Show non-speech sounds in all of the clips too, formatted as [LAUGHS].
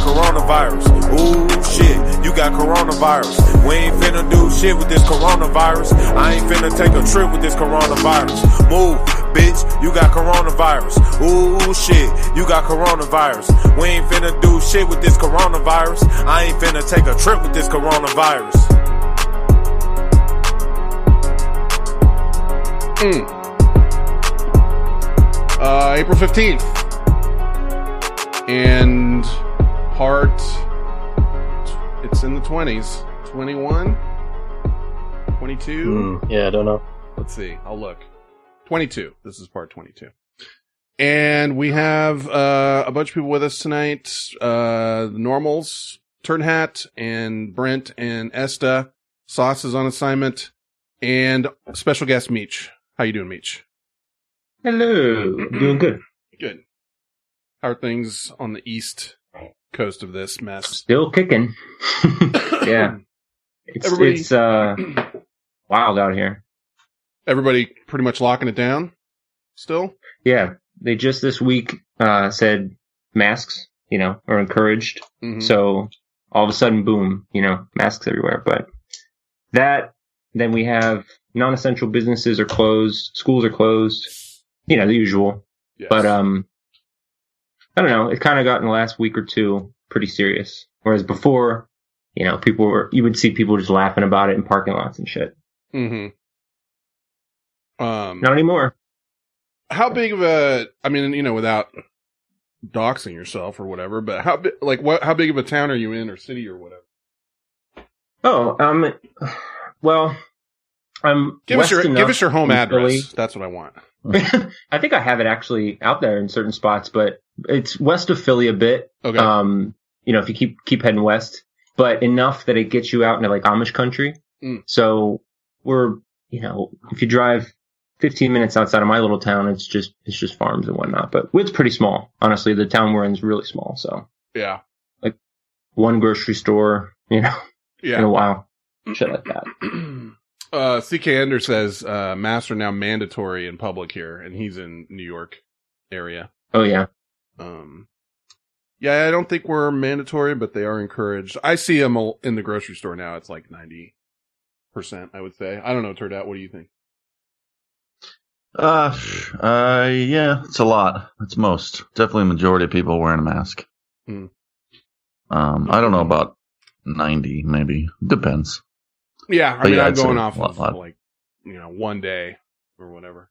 coronavirus. Ooh, shit, you got coronavirus. We ain't finna do shit with this coronavirus. I ain't finna take a trip with this coronavirus. Move, bitch, you got coronavirus. Ooh, shit, you got coronavirus. We ain't finna do shit with this coronavirus. I ain't finna take a trip with this coronavirus. Mm. Uh, April 15th. And part. It's in the 20s. 21? 22? Hmm, yeah, I don't know. Let's see. I'll look. 22. This is part 22. And we have uh, a bunch of people with us tonight. Uh, the normals, Turnhat, and Brent and Esta. Sauce is on assignment, and special guest Meech. How you doing, Meech? Hello, doing good. Good. How are things on the east coast of this mess? Still kicking. [LAUGHS] yeah, it's Everybody- it's uh wild out here. [CLEARS THROAT] Everybody pretty much locking it down. Still, Yeah, they just this week uh said masks, you know, are encouraged. Mhm. So all of a sudden, boom, you know, masks everywhere. But that, then we have non-essential businesses are closed, schools are closed, you know, the usual. Yes. But um, I don't know. It kind of got in the last week or two pretty serious. Whereas before, you know, people were you would see people just laughing about it in parking lots and shit. mm-hmm. um, Not anymore. how big of a i mean you know without doxing yourself or whatever but how big like what how big of a town are you in or city or whatever Oh, um, well, I'm give west us your enough give us your home in address Philly. that's what i want [LAUGHS] I think I have it actually out there in certain spots, but it's west of Philly a bit. okay Um, you know, if you keep keep heading west, but enough that it gets you out into like Amish country. Mm. So we're, you know, if you drive 15 minutes outside of my little town, it's just it's just farms and whatnot. But it's pretty small, honestly. The town we're in is really small, so yeah one grocery store, you know, in yeah a while, shit like that. [CLEARS THROAT] uh ck ender says uh masks are now mandatory in public here and he's in new york area Oh yeah, um yeah i don't think we're mandatory but they are encouraged i see them in the grocery store now it's like 90 percent i would say i don't know turned out what do you think Uh, uh, yeah, it's a lot. It's most definitely a majority of people wearing a mask. Hmm. Um, I don't know about ninety, maybe depends. Yeah, I But mean, yeah, I'm I'd say going off lot, of lot. like you know one day or whatever.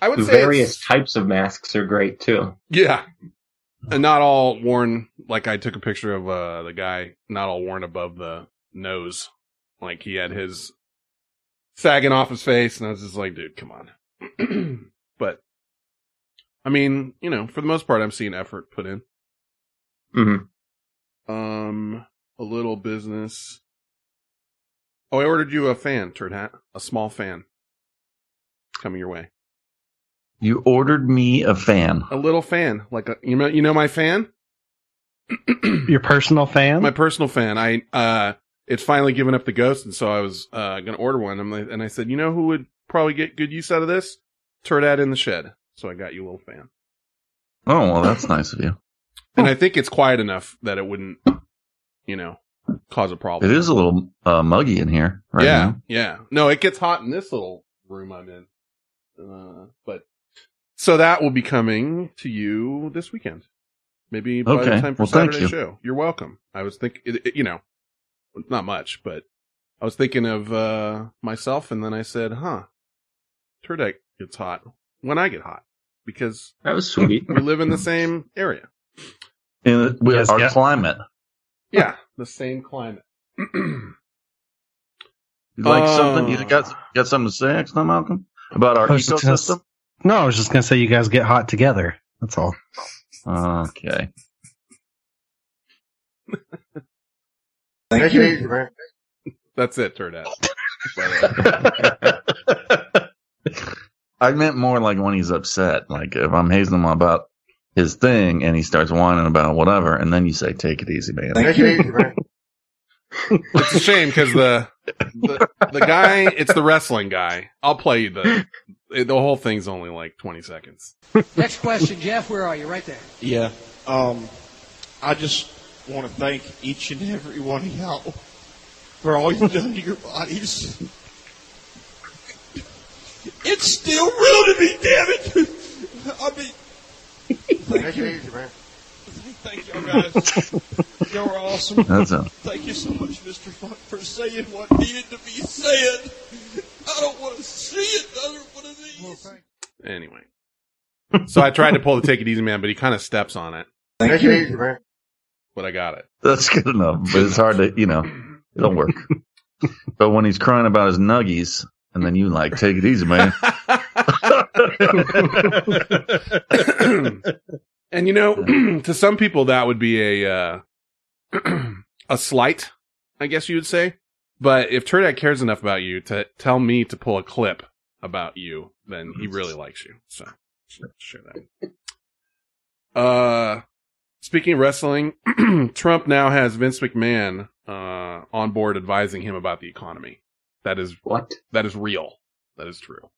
I would the say various it's- types of masks are great too. yeah, and not all worn. Like I took a picture of uh the guy, not all worn above the nose. Like he had his sagging off his face, and I was just like, dude, come on. [CLEARS THROAT] but I mean, you know, for the most part, I'm seeing effort put in. hmm Um, a little business. Oh, I ordered you a fan, turd hat, a small fan, coming your way. You ordered me a fan. A little fan, like a you know you know my fan, [CLEARS THROAT] Your personal fan? my personal fan. I uh, it's finally given up the ghost, and so I was uh gonna order one. I'm like, and I said, you know who would probably get good use out of this? Turd hat in the shed. So I got you a little fan, Oh well, that's nice of you. Oh. and I think it's quiet enough that it wouldn't, you know, cause a problem. It is a little uh, muggy in here right yeah, now. yeah. No, it gets hot in this little room I'm in. Uh, but so that will be coming to you this weekend. Maybe by the Okay. time for Well, thank Saturday's you. show. You're welcome. I was thinking, it, it- you know, not much, but I was thinking of uh myself, and then I said, "Huh, Turdek gets hot when I get hot because That was sweet. we live in the same [LAUGHS] area. In, with Yes, our yeah. climate, Yeah, the same climate." [CLEARS THROAT] you like Oh. something? You got got something to say, next time, Malcolm, about our I was just gonna s- ecosystem? no, I was just going to say you guys get hot together. That's all. Okay. Thank you. Easy, man. That's it, [LAUGHS] Turdat. I meant more like when he's upset. Like if I'm hazing him about his thing and he starts whining about whatever, and then you say, "Take it easy, man." Thank you. Easy, man. It's a shame because the, the the guy, it's the wrestling guy. I'll play you the the whole thing's only like twenty seconds. Next question, Jeff. Where are you? Right there. Yeah. Um, I just want to thank each and every one of y'all for all you've done to your bodies. It's still real to me, damn it! I mean, Take it easy, man. thank y'all guys. Y'all are awesome. That's a, Thank you so much, Mr. Funk, for saying what needed to be said. I don't want to see another one of these. Anyway. so I tried to pull the take it easy man, but he kind of steps on it, Take it easy, man. but I got it. that's good enough, but it's hard to, you know, [LAUGHS] it'll work. but when he's crying about his nuggies, and then you like, take it easy, [LAUGHS] man. [LAUGHS] and you know, [CLEARS THROAT] to some people that would be a uh, [CLEARS THROAT] a slight, I guess you would say. But if Turdak cares enough about you to tell me to pull a clip about you, then he really likes you. So share that. Uh, speaking of wrestling, [CLEARS THROAT] Trump now has Vince McMahon uh, on board advising him about the economy. That is [LAUGHS] What? that is real. That is true.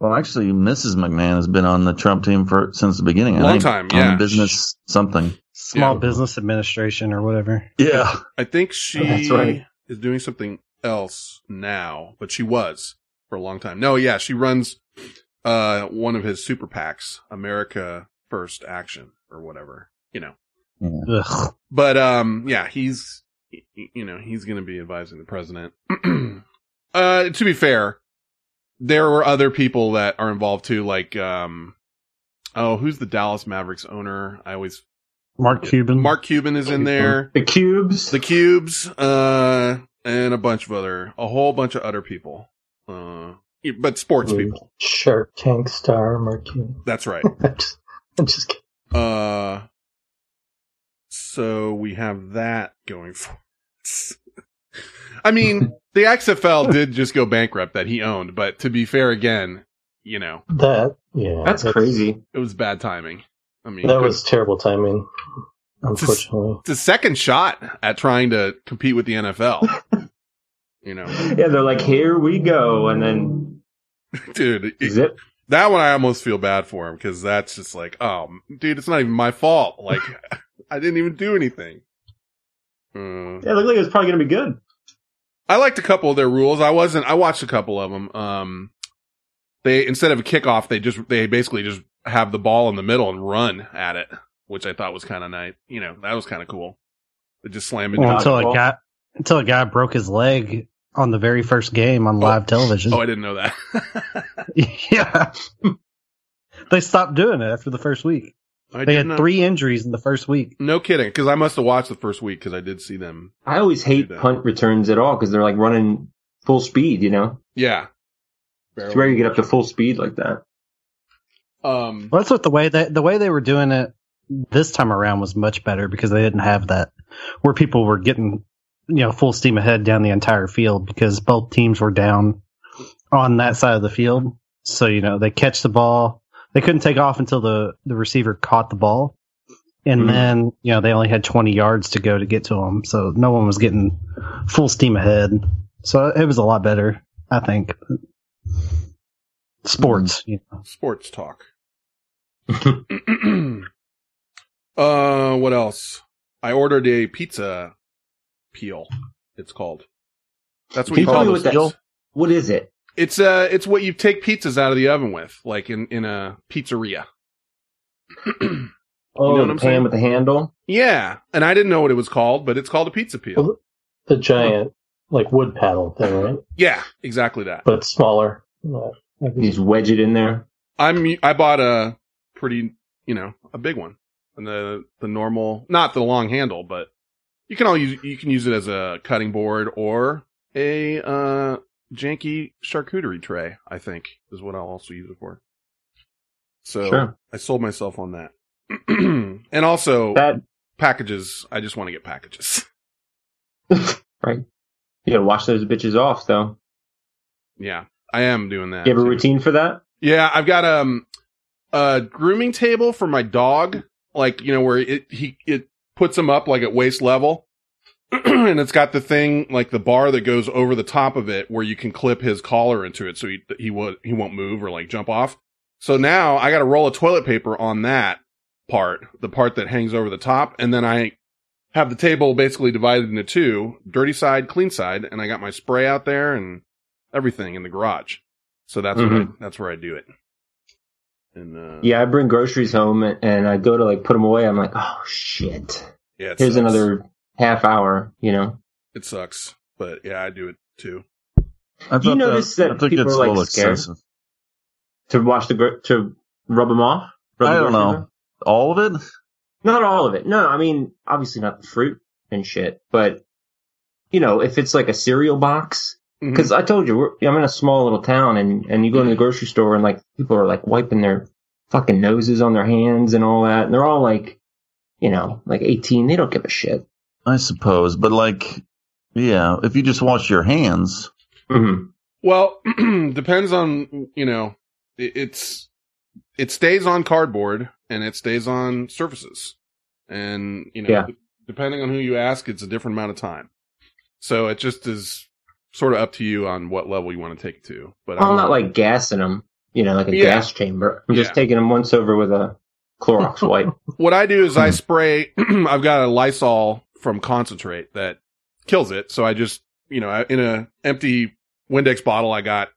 well, actually, Mrs. McMahon has been on the Trump team for since the beginning. I Long think, time, on yeah. business something. Small Yeah. Business Administration or whatever. Yeah. I think she That's right. is doing something else now, but she was for a long time. No, yeah, she runs uh one of his super PACs, America First Action or whatever, you know. Ugh. But um yeah, he's y- y- you know, he's going to be advising the president. [CLEARS THROAT] uh to be fair, there were other people that are involved too like um oh, who's the Dallas Mavericks owner? I always Mark Cuban. Mark Cuban is in there The cubes. the cubes uh and a bunch of other a whole bunch of other people uh but sports people Shark Tank star Mark [LAUGHS] Cuban. that's right I'm just, I'm just kidding. uh so we have that going for us. i [LAUGHS] mean the xfl did just go bankrupt that he owned but to be fair again you know That, yeah. That's crazy. it was bad timing i mean That was terrible timing, Just- unfortunately. it's a second shot at trying to compete with the [LAUGHS] nfl you know [LAUGHS] Yeah, they're like, here we go, and then dude it- zip. That one I almost feel bad for him because that's just like, oh, dude, it's not even my fault. Like, [LAUGHS] I didn't even do anything. Uh, Yeah, it looked like it was probably gonna be good. I liked a couple of their rules. I wasn't. I watched a couple of them. Um, they instead of a kickoff, they just they basically just have the ball in the middle and run at it, which I thought was kind of nice. You know, that was kind of cool. They just slam it. Well, down. until a Dodgeball. guy until a guy broke his leg on the very first game on live television. Oh, I didn't know that. [LAUGHS] [LAUGHS] yeah. they stopped doing it after the first week. I they did had not- three injuries in the first week. No kidding, because I must have watched the first week because I did see them. I always hate Do that. punt returns at all because they're like running full speed. You know, Yeah, it's rare you get up to full speed like that. Um, Well, that's what the way that the way they were doing it this time around was much better because they didn't have that where people were getting you know full steam ahead down the entire field because both teams were down on that side of the field. So you know they catch the ball. They couldn't take off until the the receiver caught the ball, and Mhm. then you know they only had twenty yards to go to get to him. So no one was getting full steam ahead. So it was a lot better, I think. Sports, you know. sports talk. uh, what else? I ordered a pizza peel. It's called. That's what Can you you tell call me those. what that? What is it? It's uh, it's what you take pizzas out of the oven with, like in in a pizzeria. Oh, what the I'm pan saying? with the handle. yeah, and I didn't know what it was called, but it's called a pizza peel. Well, The giant, like, wood paddle thing, right? Yeah, exactly that. But smaller. Yeah. I You think- just wedge it in there. I'm I bought a pretty you know a big one and the the normal not the long handle but you can all use you can use it as a cutting board or a uh janky charcuterie tray I think is what I'll also use it for. So Sure. I sold myself on that, [CLEARS THROAT] and also That packages. I just want to get packages. [LAUGHS] you gotta wash those bitches off though. yeah, I am doing that. You have a too. routine for that? Yeah, I've got um a grooming table for my dog, like you know where it he it puts him up like at waist level, [CLEARS THROAT] and it's got the thing like the bar that goes over the top of it where you can clip his collar into it so he he won't he won't move or like jump off. So now I got to roll a toilet paper on that part, the part that hangs over the top, and then I have the table basically divided into two, dirty side, clean side, and I got my spray out there and everything in the garage. So that's where I, that's where I do it. And uh, Yeah, I bring groceries home and, and I go to like put them away. I'm like, oh shit. yeah it Here's sucks. another half hour. You know, It sucks, but yeah, I do it too. I thought notice that I think people that's are, like, a little scared? excessive. to wash the gro- to rub them off. Rub I the don't groceries know. off? All of it? Not all of it. No, I mean obviously not the fruit and shit, but you know if it's like a cereal box. Mhm. Because I told you, we're, I'm in a small little town, and and you go to the grocery store, and like people are like wiping their fucking noses on their hands and all that, and they're all like, you know, like 18. They don't give a shit. I suppose, but like, yeah, if you just wash your hands, hmm Mm-hmm. Well, [CLEARS THROAT] depends on you know it, it's it stays on cardboard and it stays on surfaces, and you know Yeah. d- depending on who you ask, it's a different amount of time. So it just is sort of up to you on what level you want to take it to. But I'm I'm- not like gassing them, you know, like a Yeah. gas chamber. I'm just Yeah. taking them once over with a Clorox wipe. [LAUGHS] what I do is I spray. [CLEARS THROAT] I've got a Lysol from concentrate that kills it. So I just, you know, I- in a empty Windex bottle, I got,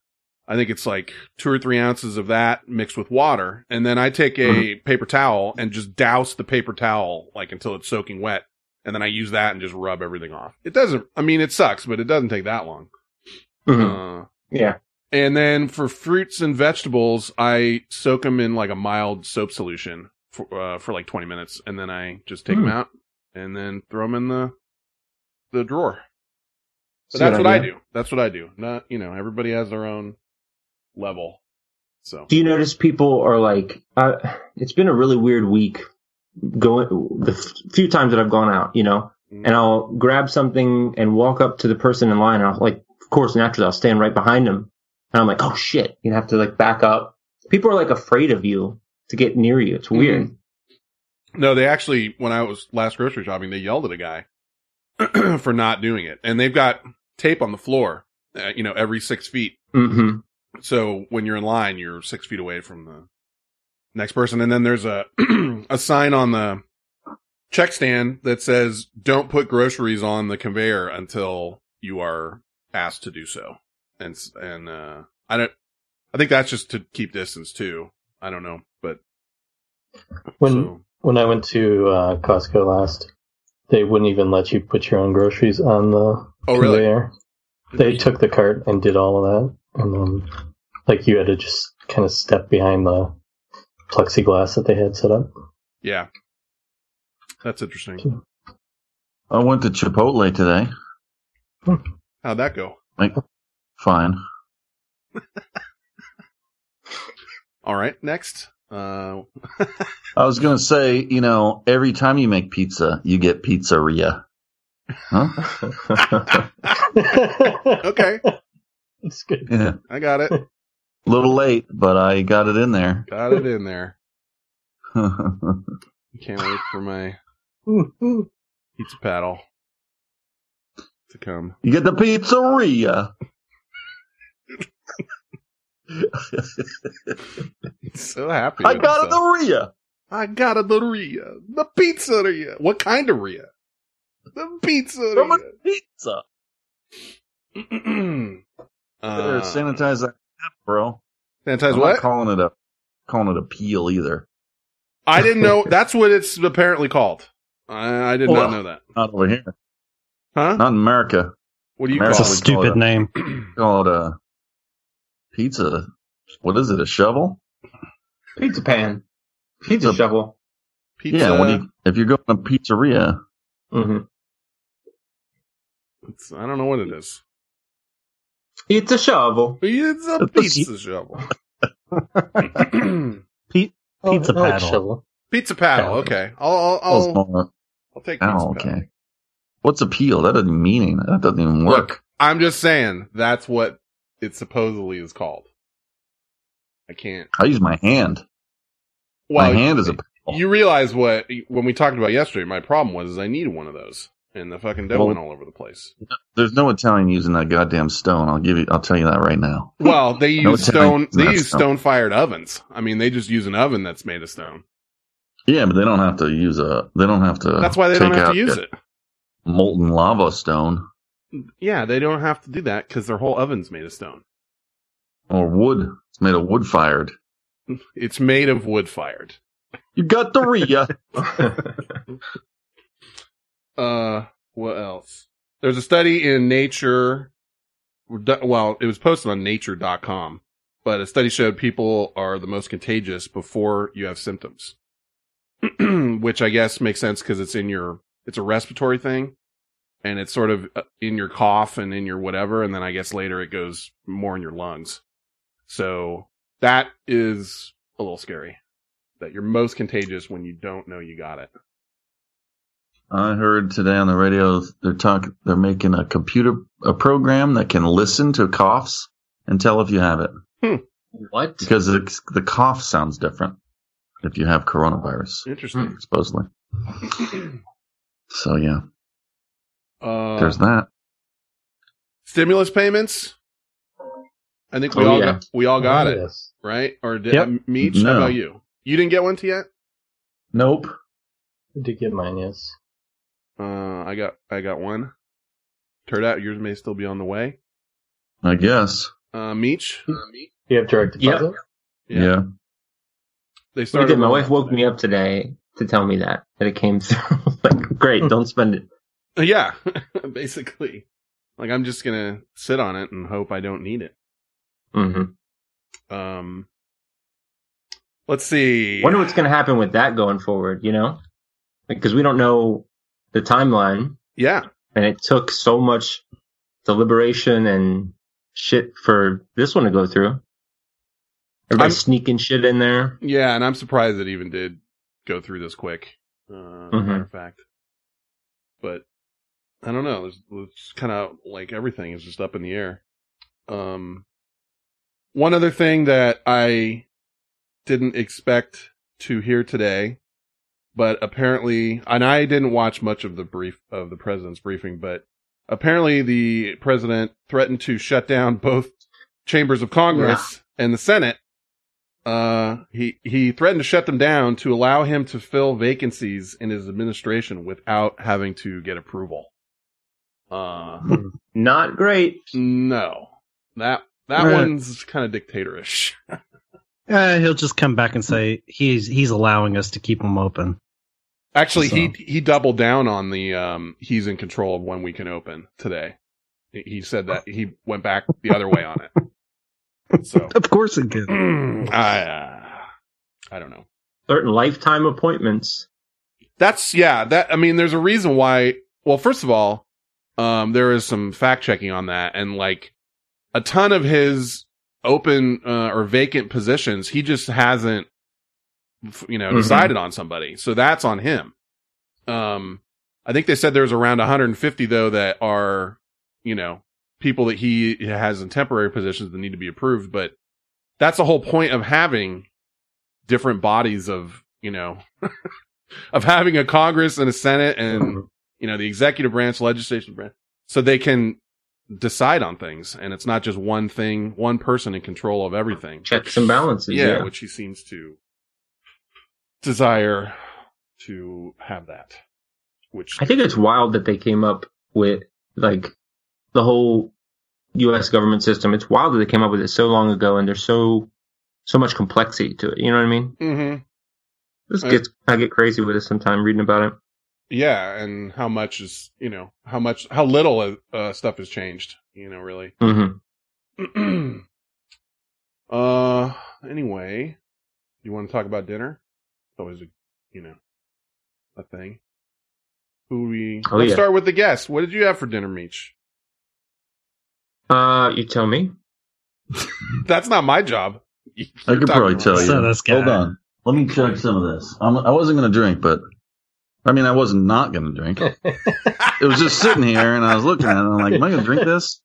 I think it's like two or three ounces of that mixed with water, and then I take a paper towel and just douse the paper towel like until it's soaking wet, and then I use that and just rub everything off. It doesn't. I mean, it sucks, but it doesn't take that long. Mhm. Uh, Yeah. and then for fruits and vegetables, I soak them in like a mild soap solution for uh, for like 20 minutes, and then I just take them Hmm. out and then throw them in the the drawer. But It's a that's good what I idea. do. That's what I do. Not you know everybody has their own level. So Do you notice people are like, uh, it's been a really weird week going the f- few times that I've gone out, you know, Mhm. and I'll grab something and walk up to the person in line. And I'll like, of course, naturally I'll stand right behind them and I'm like, oh shit, you have to like back up. People are like afraid of you to get near you. It's weird. no, they actually when I was last grocery shopping, they yelled at a guy [CLEARS THROAT] for not doing it, and they've got tape on the floor, uh, you know, every six feet hmm so when you're in line, you're six feet away from the next person, and then there's a [CLEARS THROAT] a sign on the check stand that says "Don't put groceries on the conveyor until you are asked to do so." And s- and uh, I don't, I think that's just to keep distance too. I don't know, but When so, when I went to uh, Costco last, they wouldn't even let you put your own groceries on the oh really? conveyor. They took the cart and did all of that, and then like you had to just kind of step behind the plexiglass that they had set up. Yeah, that's interesting. Sure. I went to Chipotle today. How'd that go? Fine. All right, next. Uh, I was going to say, you know, every time you make pizza, you get pizzeria. [LAUGHS] Huh? okay, That's good. Yeah. I got it. Little late, but I got it in there. [LAUGHS] Got it in there. I Can't wait for [LAUGHS] my That's pizza paddle to come. You get the pizzeria. so happy. I with got it himself. the Ria. I got it the Ria. The pizzeria. What kind of Ria? The From pizzeria. a pizza. Better [CLEARS THROAT] uh, sanitize that, app, bro. sanitize I'm what? not calling it a calling it a peel either. I didn't know. That's what it's apparently called. I, I did Well- not know that. Not over here. Huh? Not in America. What do you That's It's a call America. it? call it. stupid name. Called a pizza. What is it? A shovel? Pizza pan. Pizza Pizza- shovel. Pizza. Yeah. When you, if you're going to pizzeria, hmm it's- I don't know what it is. It's a shovel. It's a It's a- pizza [LAUGHS] shovel. [CLEARS THROAT] Pizza I like paddle. shovel. pizza paddle. Okay. I'll I'll, oh, I'll, I'll take pizza oh, paddle. okay. What's a peel? That doesn't mean anything. That doesn't even work. Look, I'm just saying that's what it supposedly is called. I can't. I use my hand. Well, my hand is a you realize what when we talked about yesterday. My problem was is I needed one of those, and the fucking dough Well- went all over the place. There's no Italian using that goddamn stone. I'll give you. I'll tell you that right now. Well, [LAUGHS] they No, use it's not- stone. it's They not use stone. stone fired ovens. I mean, they just use an oven that's made of stone. Yeah, but they don't have to use a. They don't have to. That's why they don't Uh, take have out to use their- it. molten lava stone Yeah, they don't have to do that because their whole oven's made of stone. or wood. It's made of wood fired. It's made of wood fired. You [LAUGHS] got the Rhea. Uh, what else? There's a study in Nature. Well, it was posted on nature.com, but a study showed people are the most contagious before you have symptoms, [CLEARS THROAT] which I guess makes sense because it's in your, it's a respiratory thing and it's sort of uh, in your cough and in your whatever. And then I guess later it goes more in your lungs. So that is a little scary that you're most contagious when you don't know you got it. I heard today on the radio they're talking. They're making a computer a program that can listen to coughs and tell if you have it What? because the, the cough sounds different if you have coronavirus Interesting. supposedly. So yeah, Uh, there's that. stimulus payments. I think we Oh, all yeah. got, we all got it Yes. right. Or did Yep. uh, Meech? No. How about you? You didn't get one to yet. Nope. I did get mine, yes. Uh, I got I got one. Turned out yours may still be on the way. I guess. Uh, Meech. You have direct Yep. deposit? Yeah. They I started. did. My rolling wife woke me up today to tell me that that it came through. [LAUGHS] like, great, don't spend it. today. [LAUGHS] Yeah, [LAUGHS] basically. Like I'm just gonna sit on it and hope I don't need it. hmm Um, let's see. Wonder what's going to happen with that going forward. You know, because we don't know the timeline, yeah, and it took so much deliberation and shit for this one to go through. Everybody I'm- sneaking shit in there. Yeah, and I'm surprised it even did go through this quick. Uh, as a Mhm. matter of fact, but I don't know. It's, it's kind of like everything is just up in the air. Um, one other thing that I didn't expect to hear today, but apparently, and I didn't watch much of the brief of the president's briefing, but apparently the president threatened to shut down both chambers of Congress and the Senate. Uh, he he threatened to shut them down to allow him to fill vacancies in his administration without having to get approval. Uh, Not great. no, that that Right. one's kind of dictatorish. Uh, he'll just come back and say he's he's allowing us to keep them open. Actually, he So- he doubled down on the um he's in control of when we can open today. He- He said that he went back the other way on it. So Of course it could. I uh, I don't know. Certain lifetime appointments. That's yeah, that I mean there's a reason why well first of all, um there is some fact checking on that and like a ton of his open uh, or vacant positions he just hasn't f- you know Mhm. decided on somebody. So that's on him. Um I think they said there's around 150 though that are, you know, people that he has in temporary positions that need to be approved, but that's the whole point of having different bodies of, you know, [LAUGHS] of having a Congress and a Senate [LAUGHS] and, you know, the executive branch, legislative branch, so they can decide on things and it's not just one thing, one person in control of everything. Checks and balances. Yeah, Yeah. which he seems to desire to have that. Which I think it's wild that they came up with like the whole U.S. government system. It's wild that they came up with it so long ago, and there's so so much complexity to it. You know what I mean? Mhm. This I- gets I get crazy with it sometime reading about it. yeah, and how much is you know how much how little uh, stuff has changed. You know, really. Mm-hmm. [CLEARS THROAT] uh, anyway, you want to talk about dinner? It's always a you know a thing. Who we? Oh, let's yeah. start with the guest. What did you have for dinner, Meech? Uh, you tell me. That's not my job. I could probably tell So you. this guy. Hold on. Let me chug some of this. I'm, I wasn't going to drink, but I mean, I was not going to drink. it was just sitting here, and I was looking at it. And I'm like, am I going to drink this?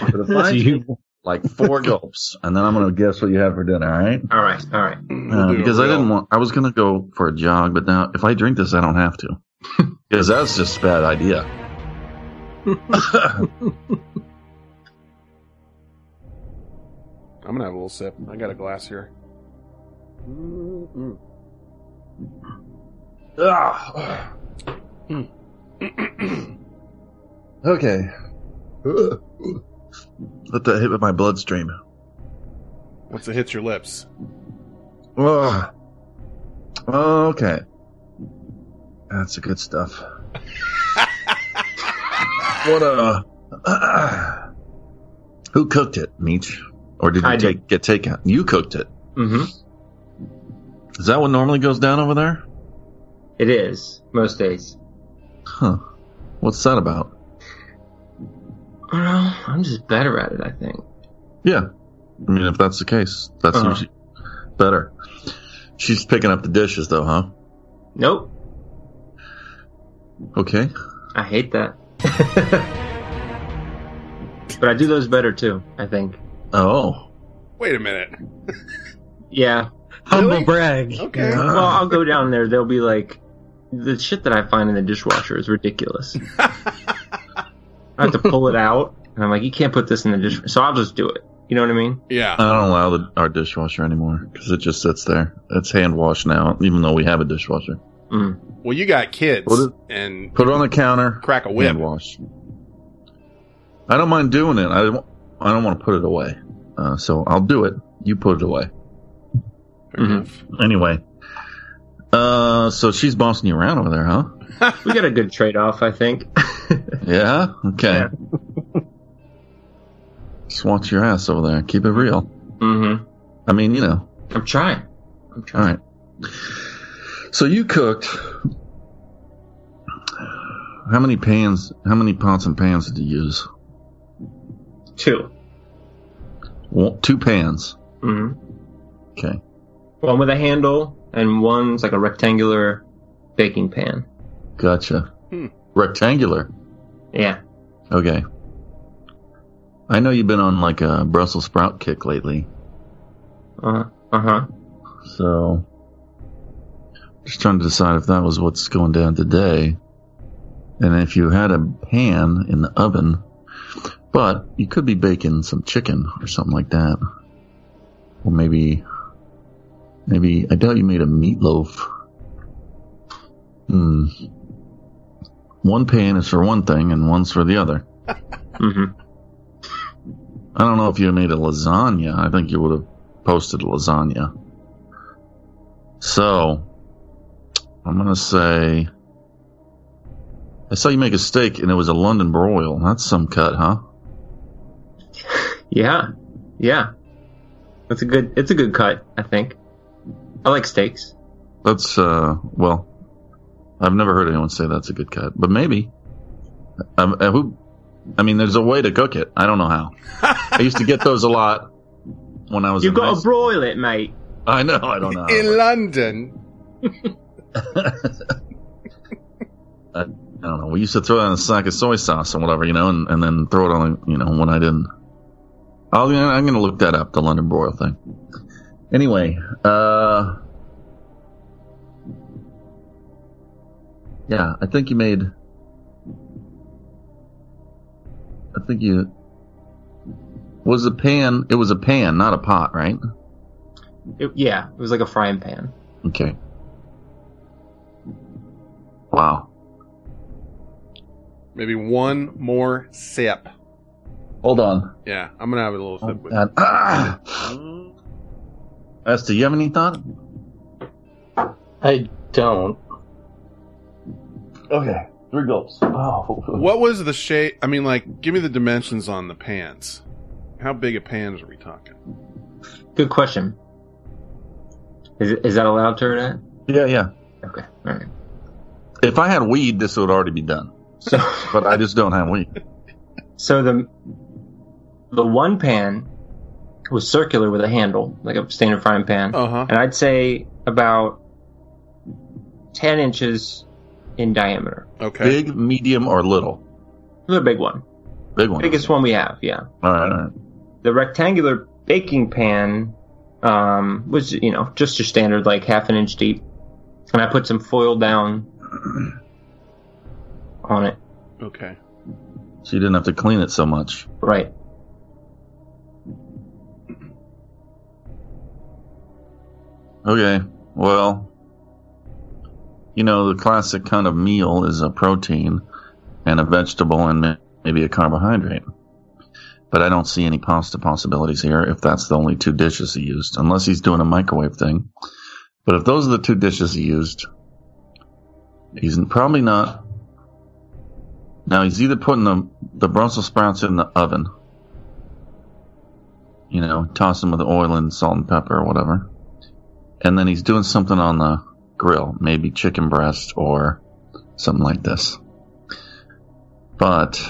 But [LAUGHS] if I You- take, like four gulps, and then I'm going to guess what you have for dinner. All right? All right, all right. Uh, because I didn't want. I was going to go for a jog, but now if I drink this, I don't have to. [LAUGHS] Because that's just a bad idea. I'm gonna have a little sip. I got a glass here. Mm-hmm. Ah. Okay. Let that hit with my bloodstream. Once it hits your lips. Ugh. Ah. Okay. That's the good stuff. [LAUGHS] what a. [CLEARS THROAT] who cooked it, Meech? Or did you I did. take get takeout? You cooked it. Mm-hmm. Is that what normally goes down over there? It is most days. Huh. What's that about? I don't know. I'm just better at it. I think. Yeah. I mean, if that's the case, that's Uh-huh. usually better. She's picking up the dishes, though, huh? Nope. Okay. I [LAUGHS] hate that. but I do those better too. I think. Oh. Wait a minute. Yeah. Humble Really? brag. Okay. Yeah. Well, I'll go down there. They'll be like, the shit that I find in the dishwasher is [LAUGHS] ridiculous. I have to pull it out, and I'm like, you can't put this in the dishwasher. So I'll just do it. You know what I mean? Yeah. I don't allow the, our dishwasher anymore because it just sits there. It's hand washed now, even though we have a dishwasher. Well, you got kids What is- and Put it on the counter, crack a whip. hand wash. I don't mind doing it. I don't, I don't want to put it away. Uh, so I'll do it. You put it away. Fair Mhm. enough. Anyway. Uh, so she's bossing you around over there, huh? We got a good trade off, [LAUGHS] I think. Yeah? Okay. Yeah. [LAUGHS] Just watch your ass over there. Keep it real. mm-hmm. I mean, you know. I'm trying. I'm All trying. right. So you cooked. How many pans? How many pots and pans did you use? Two. One, two pans. Mm-hmm. Okay. One with a handle, and one's like a rectangular baking pan. Gotcha. Hmm. Rectangular. Yeah. Okay. I know you've been on like a Brussels sprout kick lately, Uh huh. so just trying to decide if that was what's going down today, and if you had a pan in the oven, but you could be baking some chicken or something like that, or maybe, maybe I doubt you made a meatloaf. Hmm. One pan is for one thing, and one's for the other. Mm-hmm. I don't know if you made a lasagna. I think you would have posted lasagna. So, I'm going to say. I saw you make a steak and it was a London broil. That's some cut, huh? Yeah. Yeah. That's a good. It's a good cut. I think. I like steaks. That's, uh, well, I've never heard anyone say that's a good cut, but maybe. I, I, who, I mean, there's a way to cook it. I don't know how. I used to get those a lot when I was You in got high to broil it, mate. I know, I don't know. how. In London. I don't know. We used to throw it on a sack of soy sauce or whatever, you know, and, and then throw it on, you know, when I didn't. I'll, I'm going to look that up, the London broil thing. Anyway, uh, yeah, I think you made. I think you was a pan. It was a pan, not a pot, right? It- yeah. It was like a frying pan. Okay. Wow. Maybe one more sip. Hold on. Yeah, I'm gonna have a little Oh, Um, sip. with God. Ah! Esther, you have any thought? I don't. Okay, three gulps. Oh, What was the shape? I mean, like, give me the dimensions on the pans. How big of pans are we talking? Good question. Is it- is that allowed to that? Yeah, yeah. Okay. All right. If I had weed, this would already be done. So [LAUGHS] But I just don't have weed. so the the one pan was circular with a handle, like a standard frying pan. Uh huh. and I'd say about 10 inches in diameter. Okay. Big, medium, or little. The big one. Big one. Biggest one we have, yeah. All right, all right. The rectangular baking pan um, was, you know, just your standard, like half an inch deep. And I put some foil down on it. Okay. So you didn't have to clean it so much. Right. Okay. Well, you know the classic kind of meal is a protein and a vegetable and maybe a carbohydrate. But I don't see any pasta possibilities here if that's the only two dishes he used, unless he's doing a microwave thing. But if those are the two dishes he used, he's probably not. Now he's either putting the the Brussels sprouts in the oven, you know, toss them with oil and salt and pepper or whatever, and then he's doing something on the grill, maybe chicken breast or something like this. But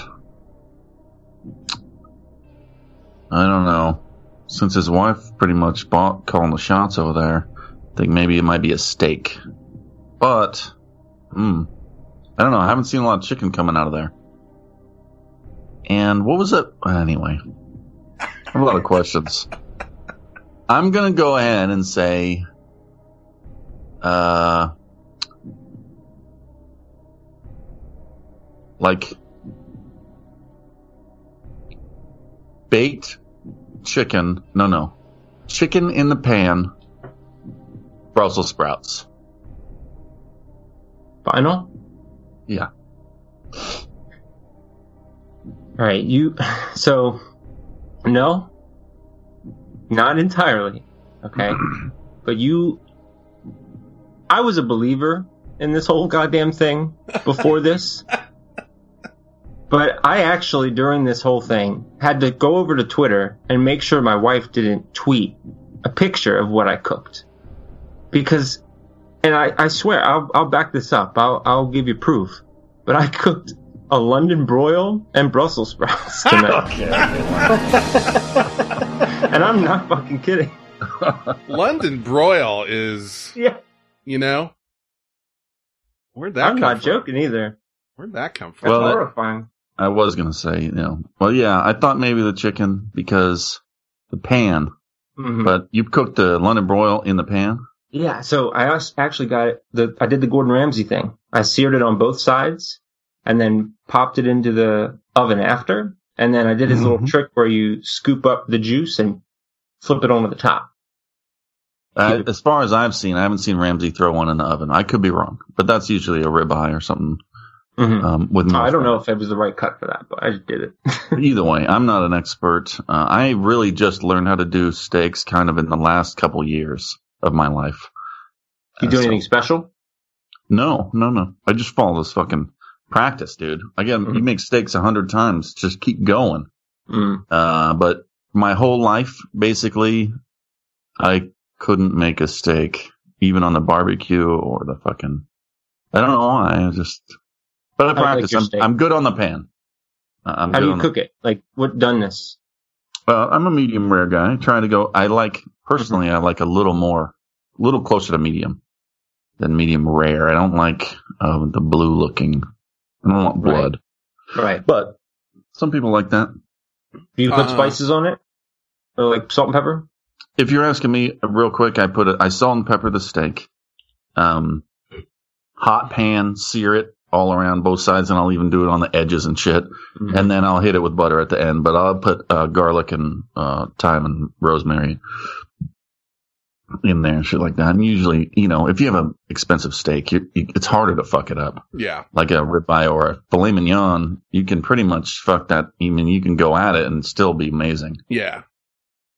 I don't know. Since his wife pretty much bought calling the shots over there, I think maybe it might be a steak. But hmm. I don't know, I haven't seen a lot of chicken coming out of there. And what was it anyway? I have a lot of questions. I'm gonna go ahead and say uh like baked chicken. No, no, chicken in the pan. Brussels sprouts. Final? Yeah. All right, you. [LAUGHS] So, no, not entirely. Okay, but you. I was a believer in this whole goddamn thing before this. But I actually, during this whole thing, had to go over to Twitter and make sure my wife didn't tweet a picture of what I cooked. Because, and I, I swear, I'll, I'll back this up, I'll, I'll give you proof. But I cooked a London broil and Brussels [LAUGHS] sprouts tonight. [LAUGHS] and I'm not fucking kidding. London broil is, Yeah. you know, where'd that I'm come not from? joking either. Where'd that come from? That's Well, that- horrifying. I was gonna say, you know, well, yeah, I thought maybe the chicken because the pan, Mhm. but you cooked the London broil in the pan. Yeah, so I als- actually got it. The I did the Gordon Ramsay thing. I seared it on both sides, and then popped it into the oven after. And then I did Mm-hmm. his little trick where you scoop up the juice and flip it onto the top. Uh, as far as I've seen, I haven't seen Ramsey throw one in the oven. I could be wrong, but that's usually a ribeye or something. Mhm. Um, with I no don't know if it was the right cut for that, but I just did [LAUGHS] it. Either way, I'm not an expert. Uh, I really just learned how to do steaks kind of in the last couple years of my life. you Uh, do so- anything special? No, no, no. I just follow this fucking practice, dude. Again, you Mhm. make steaks a hundred times, just keep going. Mm. Uh, but my whole life, basically, I couldn't make a steak, even on the barbecue or the fucking. I don't know why. I just, but I like practice. your I'm, steak. I'm good on the pan. Uh, I'm How good do on you the- cook it? Like what doneness? Well, I'm a medium rare guy. I try to go. I like personally. I like a little more, a little closer to medium than medium rare. I don't like uh, the blue looking. I don't want Right. blood, Right. but some people like that. Do you put Uh, spices on it? Or like salt and pepper? If you're asking me uh, real quick, I put it. I salt and pepper the steak. Um, hot pan, sear it all around both sides, and I'll even do it on the edges and shit. Mhm. And then I'll hit it with butter at the end. But I'll put uh, garlic and uh, thyme and rosemary in there and shit like that. And usually, you know, if you have an expensive steak, you, you, it's harder to fuck it up. yeah. Like a ribeye or a filet mignon, you can pretty much fuck that. I mean, you can go at it and still be amazing. Yeah.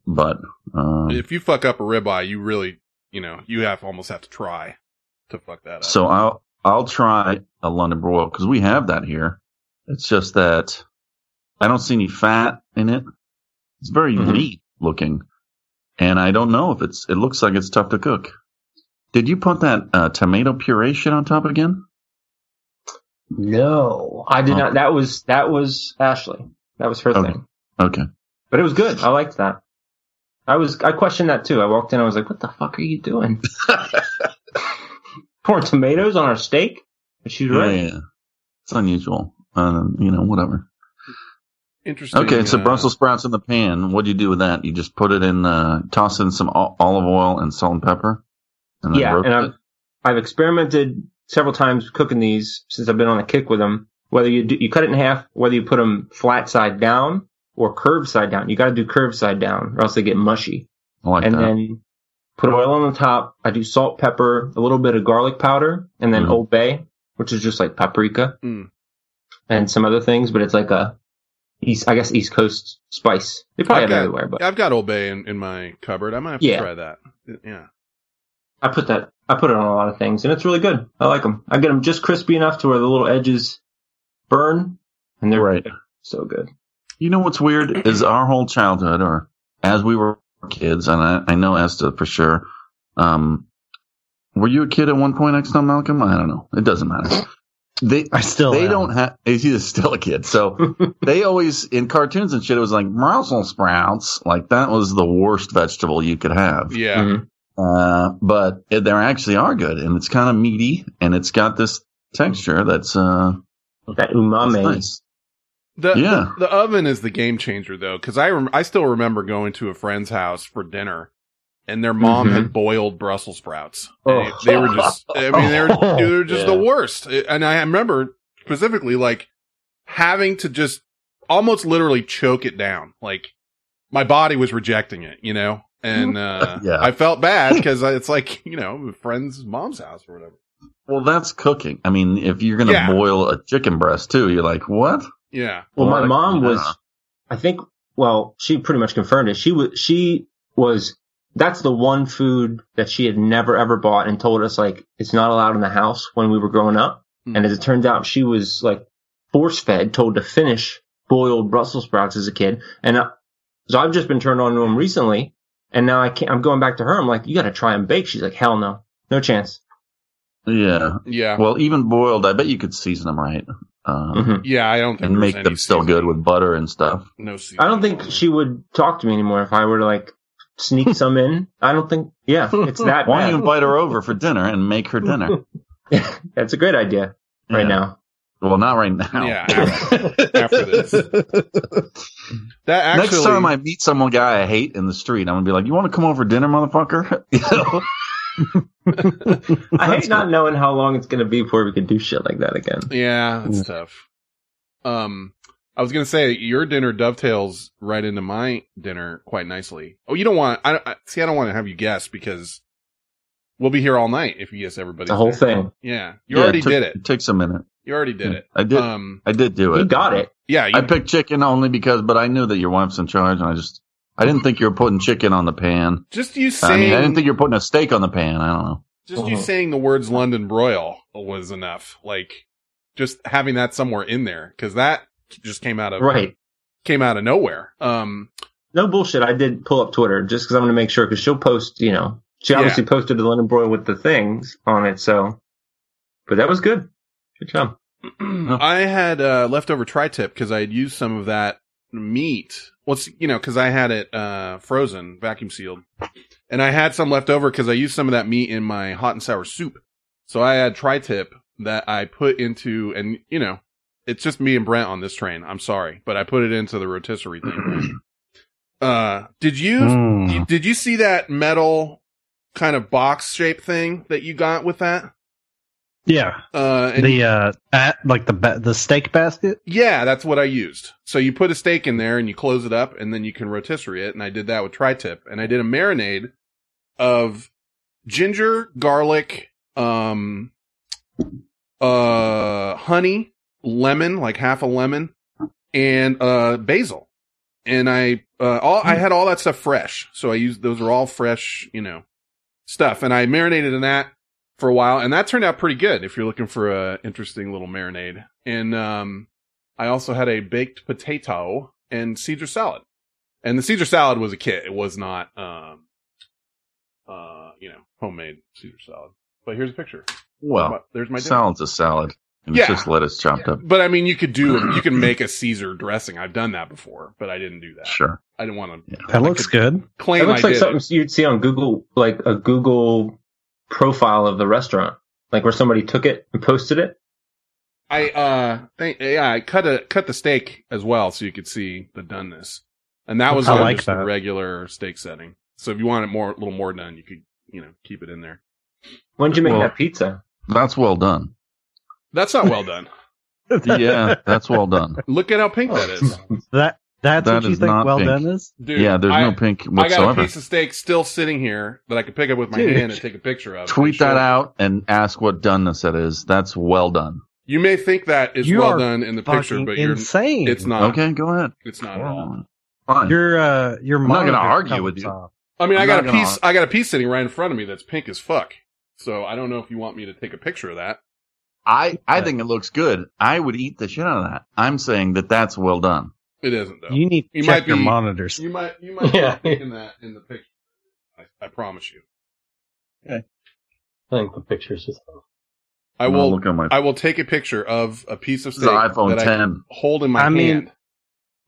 But um, If you fuck up a ribeye, you really, you know, you have almost have to try to fuck that up. So I'll I'll try a London broil because we have that here. It's just that I don't see any fat in it. It's very Mhm. lean looking, and I don't know if it's. It looks like it's tough to cook. Did you put that uh, tomato puree shit on top again? No, I did Oh. not. That was that was Ashley. That was her Okay. thing. Okay, But it was good. I liked that. I was I questioned that too. I walked in, I was like, What the fuck are you [LAUGHS] doing? [LAUGHS] Pouring tomatoes on our steak? But she's right. yeah, it's unusual. Um, you know, whatever. Interesting. Okay, so uh, Brussels sprouts in the pan. What do you do with that? You just put it in, uh, toss in some o- olive oil and salt and pepper, and then Yeah, roast and it. I've I've experimented several times cooking these since I've been on a kick with them. Whether you do, you cut it in half, whether you put them flat side down or curved side down, you got to do curved side down, or else they get mushy. I like and that. then put oil on the top. I do salt, pepper, a little bit of garlic powder, and then Mhm. Old Bay, which is just like paprika Mm. and some other things, but it's like a East, I guess East Coast spice. They probably I've have it got- everywhere, but I've got Old Bay in, in my cupboard. I might have to Yeah. try that. Yeah. I put that I put it on a lot of things, and it's really good. I like them. I get them just crispy enough to where the little edges burn, and they're Right. so good. You know what's weird is our whole childhood, or as we were kids, and I, I know Esta for sure. Um, were you a kid at one point, X Malcolm? I don't know. It doesn't matter. They I still they am. don't [LAUGHS] have. He's just still a kid, [LAUGHS] so they always in cartoons and shit. It was like Brussels sprouts, like that was the worst vegetable you could have. Yeah. Mm-hmm. Uh, but it, they actually are good, and it's kind of meaty, and it's got this texture that's uh That that's umami. nice. The, Yeah. the the oven is the game changer though, because I rem- I still remember going to a friend's house for dinner, and their mom Mhm. Mm-hmm. had boiled Brussels sprouts. Oh. They, they were just, I mean, [LAUGHS] they Oh, were, they were just Yeah. the worst. And I remember specifically like having to just almost literally choke it down. Like my body was rejecting it, you know, [LAUGHS] and uh, Yeah. I felt bad because it's like you know, a friend's mom's house or whatever. Well, that's cooking. I mean, if you're gonna Yeah. boil a chicken breast too, you're like, what? Yeah, Well, my Like, mom was, yeah. I think, well, she pretty much confirmed it. She was, she was, that's the one food that she had never ever bought and told us like it's not allowed in the house when we were growing up. Hmm. And as it turns out, she was like force fed, told to finish boiled Brussels sprouts as a kid. And uh, so I've just been turned on to them recently. And now I can't, I'm going back to her. I'm like, you got to try and bake. She's like, hell no, no chance. Yeah. yeah, Well, even boiled, I bet you could season them right uh, hmm yeah. I don't think and there was make any them still seasoning. good with butter and stuff. No, seasoning. I don't think she would talk to me anymore if I were to like [LAUGHS] sneak some in. I don't think. Yeah, it's that Why don't you bad. invite her over for dinner and make her dinner That's a great idea [LAUGHS] right Yeah. now. Well, not right now. Yeah, after, after [LAUGHS] this. That actually, Next time I meet some guy I hate in the street, I'm gonna be like, "You want to come over for dinner, motherfucker?" [LAUGHS] you know? I hate not knowing how long it's gonna be before we can do shit like that again. yeah, Mm. that's tough. Um, I was gonna say your dinner dovetails right into my dinner quite nicely. Oh, you don't want? I, I see. I don't want to have you guess because we'll be here all night if you guess everybody. The whole thing. Yeah, you Yeah, already it took- did it. takes a minute. You already did it. I did. Um, I did do it. You got it. yeah, you, I picked chicken only because, but I knew that your wife's in charge, and I just, I didn't think you were putting chicken on the pan. just you saying. I mean, I didn't think Uh-huh. you were putting a steak on the pan. I don't know. just you saying the words London broil was enough. Like just having that somewhere in there because that just came out of Right. came out of nowhere. Um, No bullshit. I did pull up Twitter just because I'm gonna make sure because she'll post. You know, she Yeah. obviously posted the London Broil with the things on it. So, but that was good. Good job. I had uh, leftover tri-tip because I had used some of that meat. What's you know because I had it uh, frozen, vacuum sealed, and I had some left over because I used some of that meat in my hot and sour soup. So I had tri-tip that I put into, and you know, it's just me and Brent on this train. I'm sorry, but I put it into the rotisserie thing. uh, did you Mm. you- did you see that metal kind of box shape thing that you got with that? Yeah, Uh, and the uh, at, like the ba- the steak basket. Yeah, that's what I used. So you put a steak in there and you close it up and then you can rotisserie it. And I did that with tri tip and I did a marinade of ginger, garlic, um, uh, honey, lemon, like half a lemon and, uh, basil. And I, uh, all, I had all that stuff fresh. So I used, those are all fresh, you know, stuff. And I marinated in that for a while and that turned out pretty good if you're looking for a interesting little marinade. And, um, I also had a baked potato and Caesar salad. And the Caesar salad was a kit. It was not, um, uh, you know, homemade Caesar salad. But here's a picture. Well, But there's my dinner. salad's a salad, and it's Yeah. just lettuce chopped up. But I mean, you could do, you can make a Caesar dressing. I've done that before, but I didn't do that. Sure. I didn't want to That looks good. claim It looks I like did. something you'd see on Google, like a Google profile of the restaurant, like where somebody took it and posted it. I, uh, think, yeah, I cut a, cut the steak as well so you could see the doneness. And that was I on like just the that. regular steak setting. So if you want it more, a little more done, you could, you know, keep it in there. When did you make Well- that pizza? That's well done. That's not well done. Yeah, that's well done. Look at how pink Oh, that is. That that's That what you is think not well pink. done is. [LAUGHS] Dude, yeah, there's I, no pink I got a whatsoever. piece of steak still sitting here that I could pick up with my Dude. hand and take a picture of. Tweet Sure. that out and ask what doneness that is. That's well done. You may think that is You well are done in the picture, Fucking but you're insane. it's not. Okay, go ahead. It's not at all. Fine. Your uh, your I'm not gonna monitor argue comes with you. off. I mean, i I'm got not a gonna- piece. I got a piece sitting right in front of me that's pink as fuck. So I don't know if you want me to take a picture of that. I I think it looks good. I would eat the shit out of that. I'm saying that that's well done. It isn't though. You need to You check might your be- monitors. You might you might Yeah. be in that in the picture. I, I promise you. I think the picture's just I I'm gonna will look on my. I will take a picture of a piece of this is steak an iPhone that I 10. hold in my I hand. mean-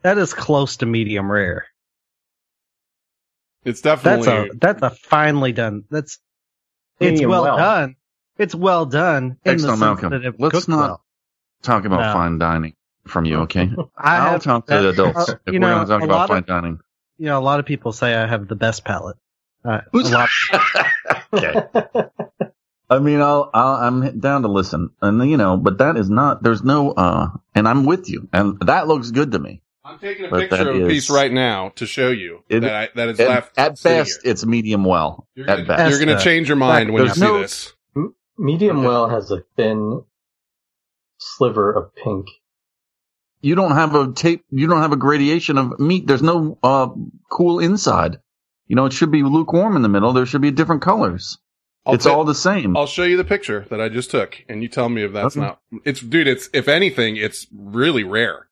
That is close to medium rare. it's That's definitely a that's a finely done. That's it's Medium well, well. done. It's well done. In the Excellent, sense Malcolm. that it Let's cooked not- well. Talk about No. fine dining from you, okay? I I'll have, talk to that- the adults uh, if you we're going know, to talk a about lot fine of- dining. you know, a lot of people say I have the best palate. Uh, a Who's- lot- [CLEARS THROAT] okay. [LAUGHS] I mean, I'll, I'll I'm down to listen, and you know, but that is not. There's no. uh And I'm with you, and that looks good to me. I'm taking a But picture that of a piece is- right now to show you It- that I, that is At- left at sitting best, here. it's medium well. You're At gonna, best, you're gonna Best. change your mind when you There's see no- this. medium well has a thin sliver of pink. you don't have a tape. You don't have a gradation of meat. There's no uh cool inside. You know, it should be lukewarm in the middle. There should be different colors. I'll it's ta- all the same. I'll show you the picture that I just took, and you tell me if that's Okay. not. It's dude. It's if anything, it's really rare.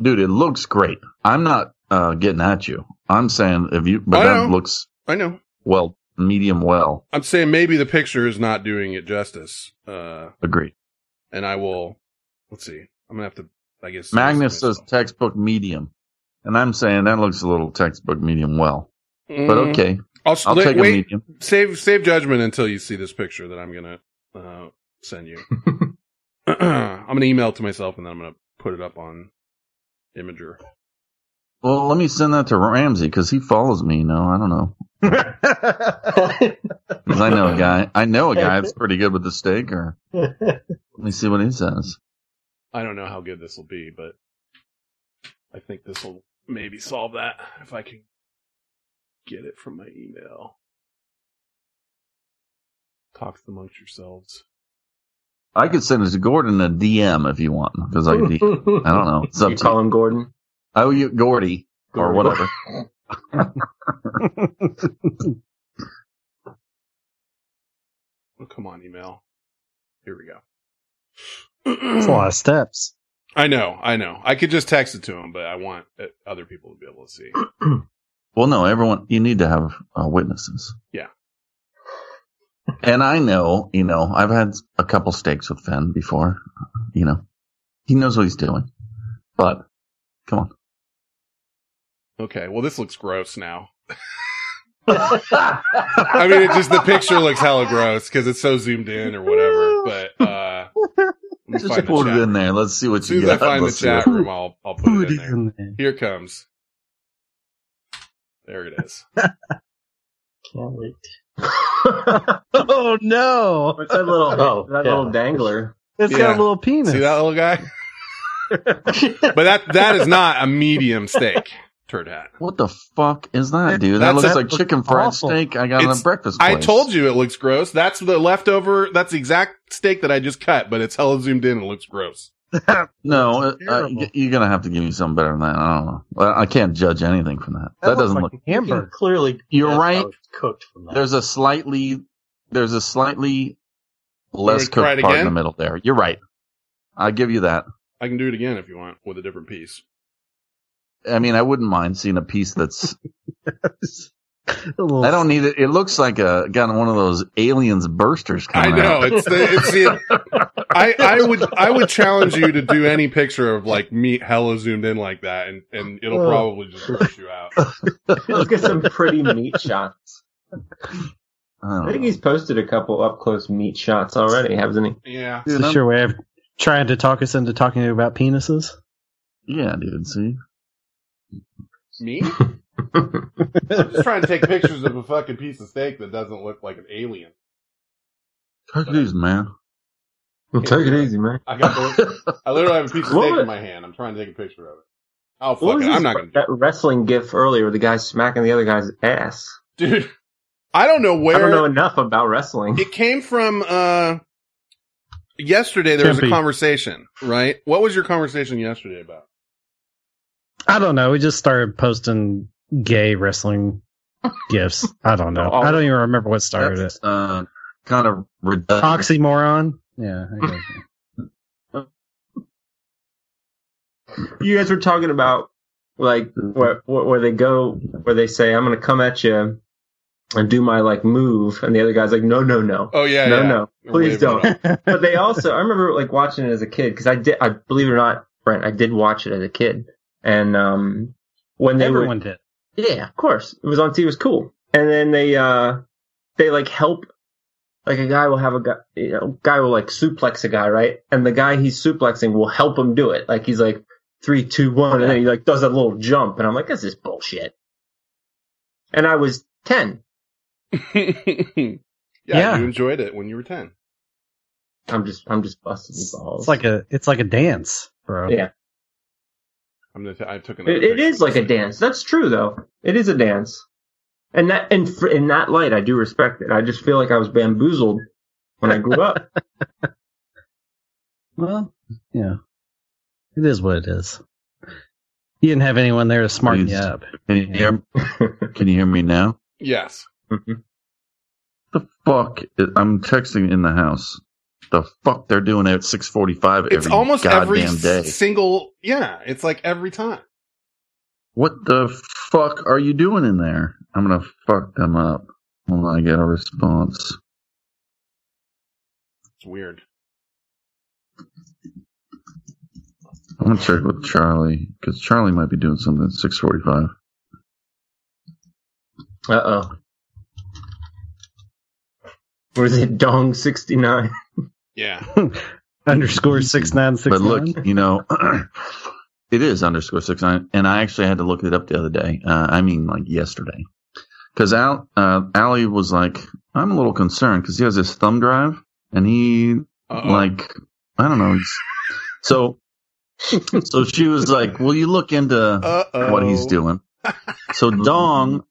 Dude, it looks great. I'm not uh getting at you. I'm saying if you, but I that know. looks I know. well, medium well. I'm saying maybe the picture is not doing it justice. Uh, Agreed. and I will. Let's see. I'm gonna have to. I guess Magnus says textbook medium, and I'm saying that looks a little textbook medium well. Mm, But okay, I'll, s- I'll wait, take a wait, medium. Save save judgment until you see this picture that I'm gonna uh, send you. [CLEARS THROAT] I'm gonna email it to myself, and then I'm gonna put it up on Imager. Well, let me send that to Ramsey because he follows me. You know, I don't know. Because I know a guy. I know a guy that's pretty good with the steak. Or let me see what he says. I don't know how good this will be, but I think this will maybe solve that if I can get it from my email. Talks amongst yourselves. I could send it to Gordon a DM if you want, because I, could- I don't know. It's up You [LAUGHS] to you. call him Gordon. Oh, you Gordy or Gordy. whatever. Oh, come on, email. Here we That's a go. [CLEARS THROAT] lot of steps. I know, I know. I could just text it to him, but I want uh, other people to be able to see. Well, no, everyone. You need to have uh, witnesses. Yeah. And I know, you know, I've had a couple steaks with Finn before. You know, he knows what he's doing. But come on. Okay, well, this looks gross [LAUGHS] now. I mean, it just the picture looks hella gross because it's so zoomed in or whatever. But uh, let me Just find the put it chat. in there. Let's see what As you soon as get. I find the Let's see chat what- room, I'll I'll put it Put in there. in there. Here it comes. There it [LAUGHS] is. Can't wait. Oh no! What's that little? Oh, that yeah. little [LAUGHS] dangler. It's Yeah. got a little penis. See that little guy? but that that is not a medium steak turd hat. What the fuck is that, dude? That That's looks a- like chicken fried awful. steak I got on a It's- breakfast I place. told you it looks gross. That's the leftover. That's the exact steak that I just cut, but it's hella zoomed in and looks gross. No, uh, That's uh, terrible. y- you're gonna have to give me something better than that. I don't know. Well, I can't judge anything from that. That, looks doesn't like look. a hamburger. Clearly, You're that's right. how it's Cooked from that. There's a slightly, there's a slightly less Wanna try cooked it part in again? the middle there. You're right. I give you that. I can do it again if you want with a different piece. I mean, I wouldn't mind seeing a piece [LAUGHS] that's. A little- I don't need it. It looks like a got one of those aliens bursters I coming know out. it's the it's the. I I would I would challenge you to do any picture of like meat hella zoomed in like that, and and it'll probably just gross you out. Let's get some pretty meat shots. I don't I think know. he's posted a couple up close meat shots already, hasn't he? Yeah. Is this your way of trying to talk us into talking about penises? Yeah, dude. See, Me? I'm just trying to take pictures of a fucking piece of steak that doesn't look like an alien. take it easy, man. Take it easy, man. I got the, I literally have a piece of steak in my hand. I'm trying to take a picture of it. Oh fuck it. I'm not gonna do it. that wrestling gif earlier? The guy smacking the other guy's ass. Dude. I don't know where I don't know enough about wrestling. it came from uh yesterday there was a Tempe. conversation, right? What was your conversation yesterday about? I don't know. We just started posting gay wrestling gifts. I don't know. I don't even remember what started it. That's uh, kind of redundant. Oxymoron. Yeah. I guess. you guys were talking about like where, where where they go where they say I'm gonna come at you and do my like move, and the other guy's like no no no Oh yeah, no yeah. no please Wave it don't. but they also I remember like watching it as a kid because I did I believe it or not Brent I did watch it as a kid and um when they were Everyone did. yeah, of course. It was on TV. It was cool. And then they, uh, they like help, like a guy will have a guy, you know, guy will like suplex a guy, right? And the guy he's suplexing will help him do it. Like he's like three, two, one, and then he like does that little jump. And I'm like, this is bullshit. And I was 10. [LAUGHS] yeah, Yeah. you enjoyed it when you were ten. I'm just, I'm just busting your balls. It's like a it's like a dance, bro. Yeah. I'm gonna. T- I took another. It, it picture. is like a dance. That's true, though. It is a dance, and that and fr- in that light, I do respect it. I just feel like I was bamboozled when I grew [LAUGHS] up. Well, yeah. It is what it is. You didn't have anyone there to smarten you Please. up. [LAUGHS] Can you hear? Can you hear me now? Yes. Mm-hmm. The fuck! i- I'm texting in the house. The fuck they're doing it at 6:45 every It's almost every goddamn day. single. Yeah, it's like every time. What the fuck are you doing in there? I'm gonna fuck them up when I get a response. It's weird. I'm gonna check with Charlie because Charlie might be doing something at 6:45. Uh oh. Or is it Dong sixty nine? Yeah. Underscore six nine six But nine. look, you know, [CLEARS THROAT] it is underscore six nine, and I actually had to look it up the other day. Uh, I mean, like yesterday, because Al uh, Allie was like, "I'm a little concerned because he has his thumb drive, and he Uh-oh. like I don't know." he's- so, [LAUGHS] so she was like, "Will you look into Uh-oh. what he's doing?" [LAUGHS] So Dong,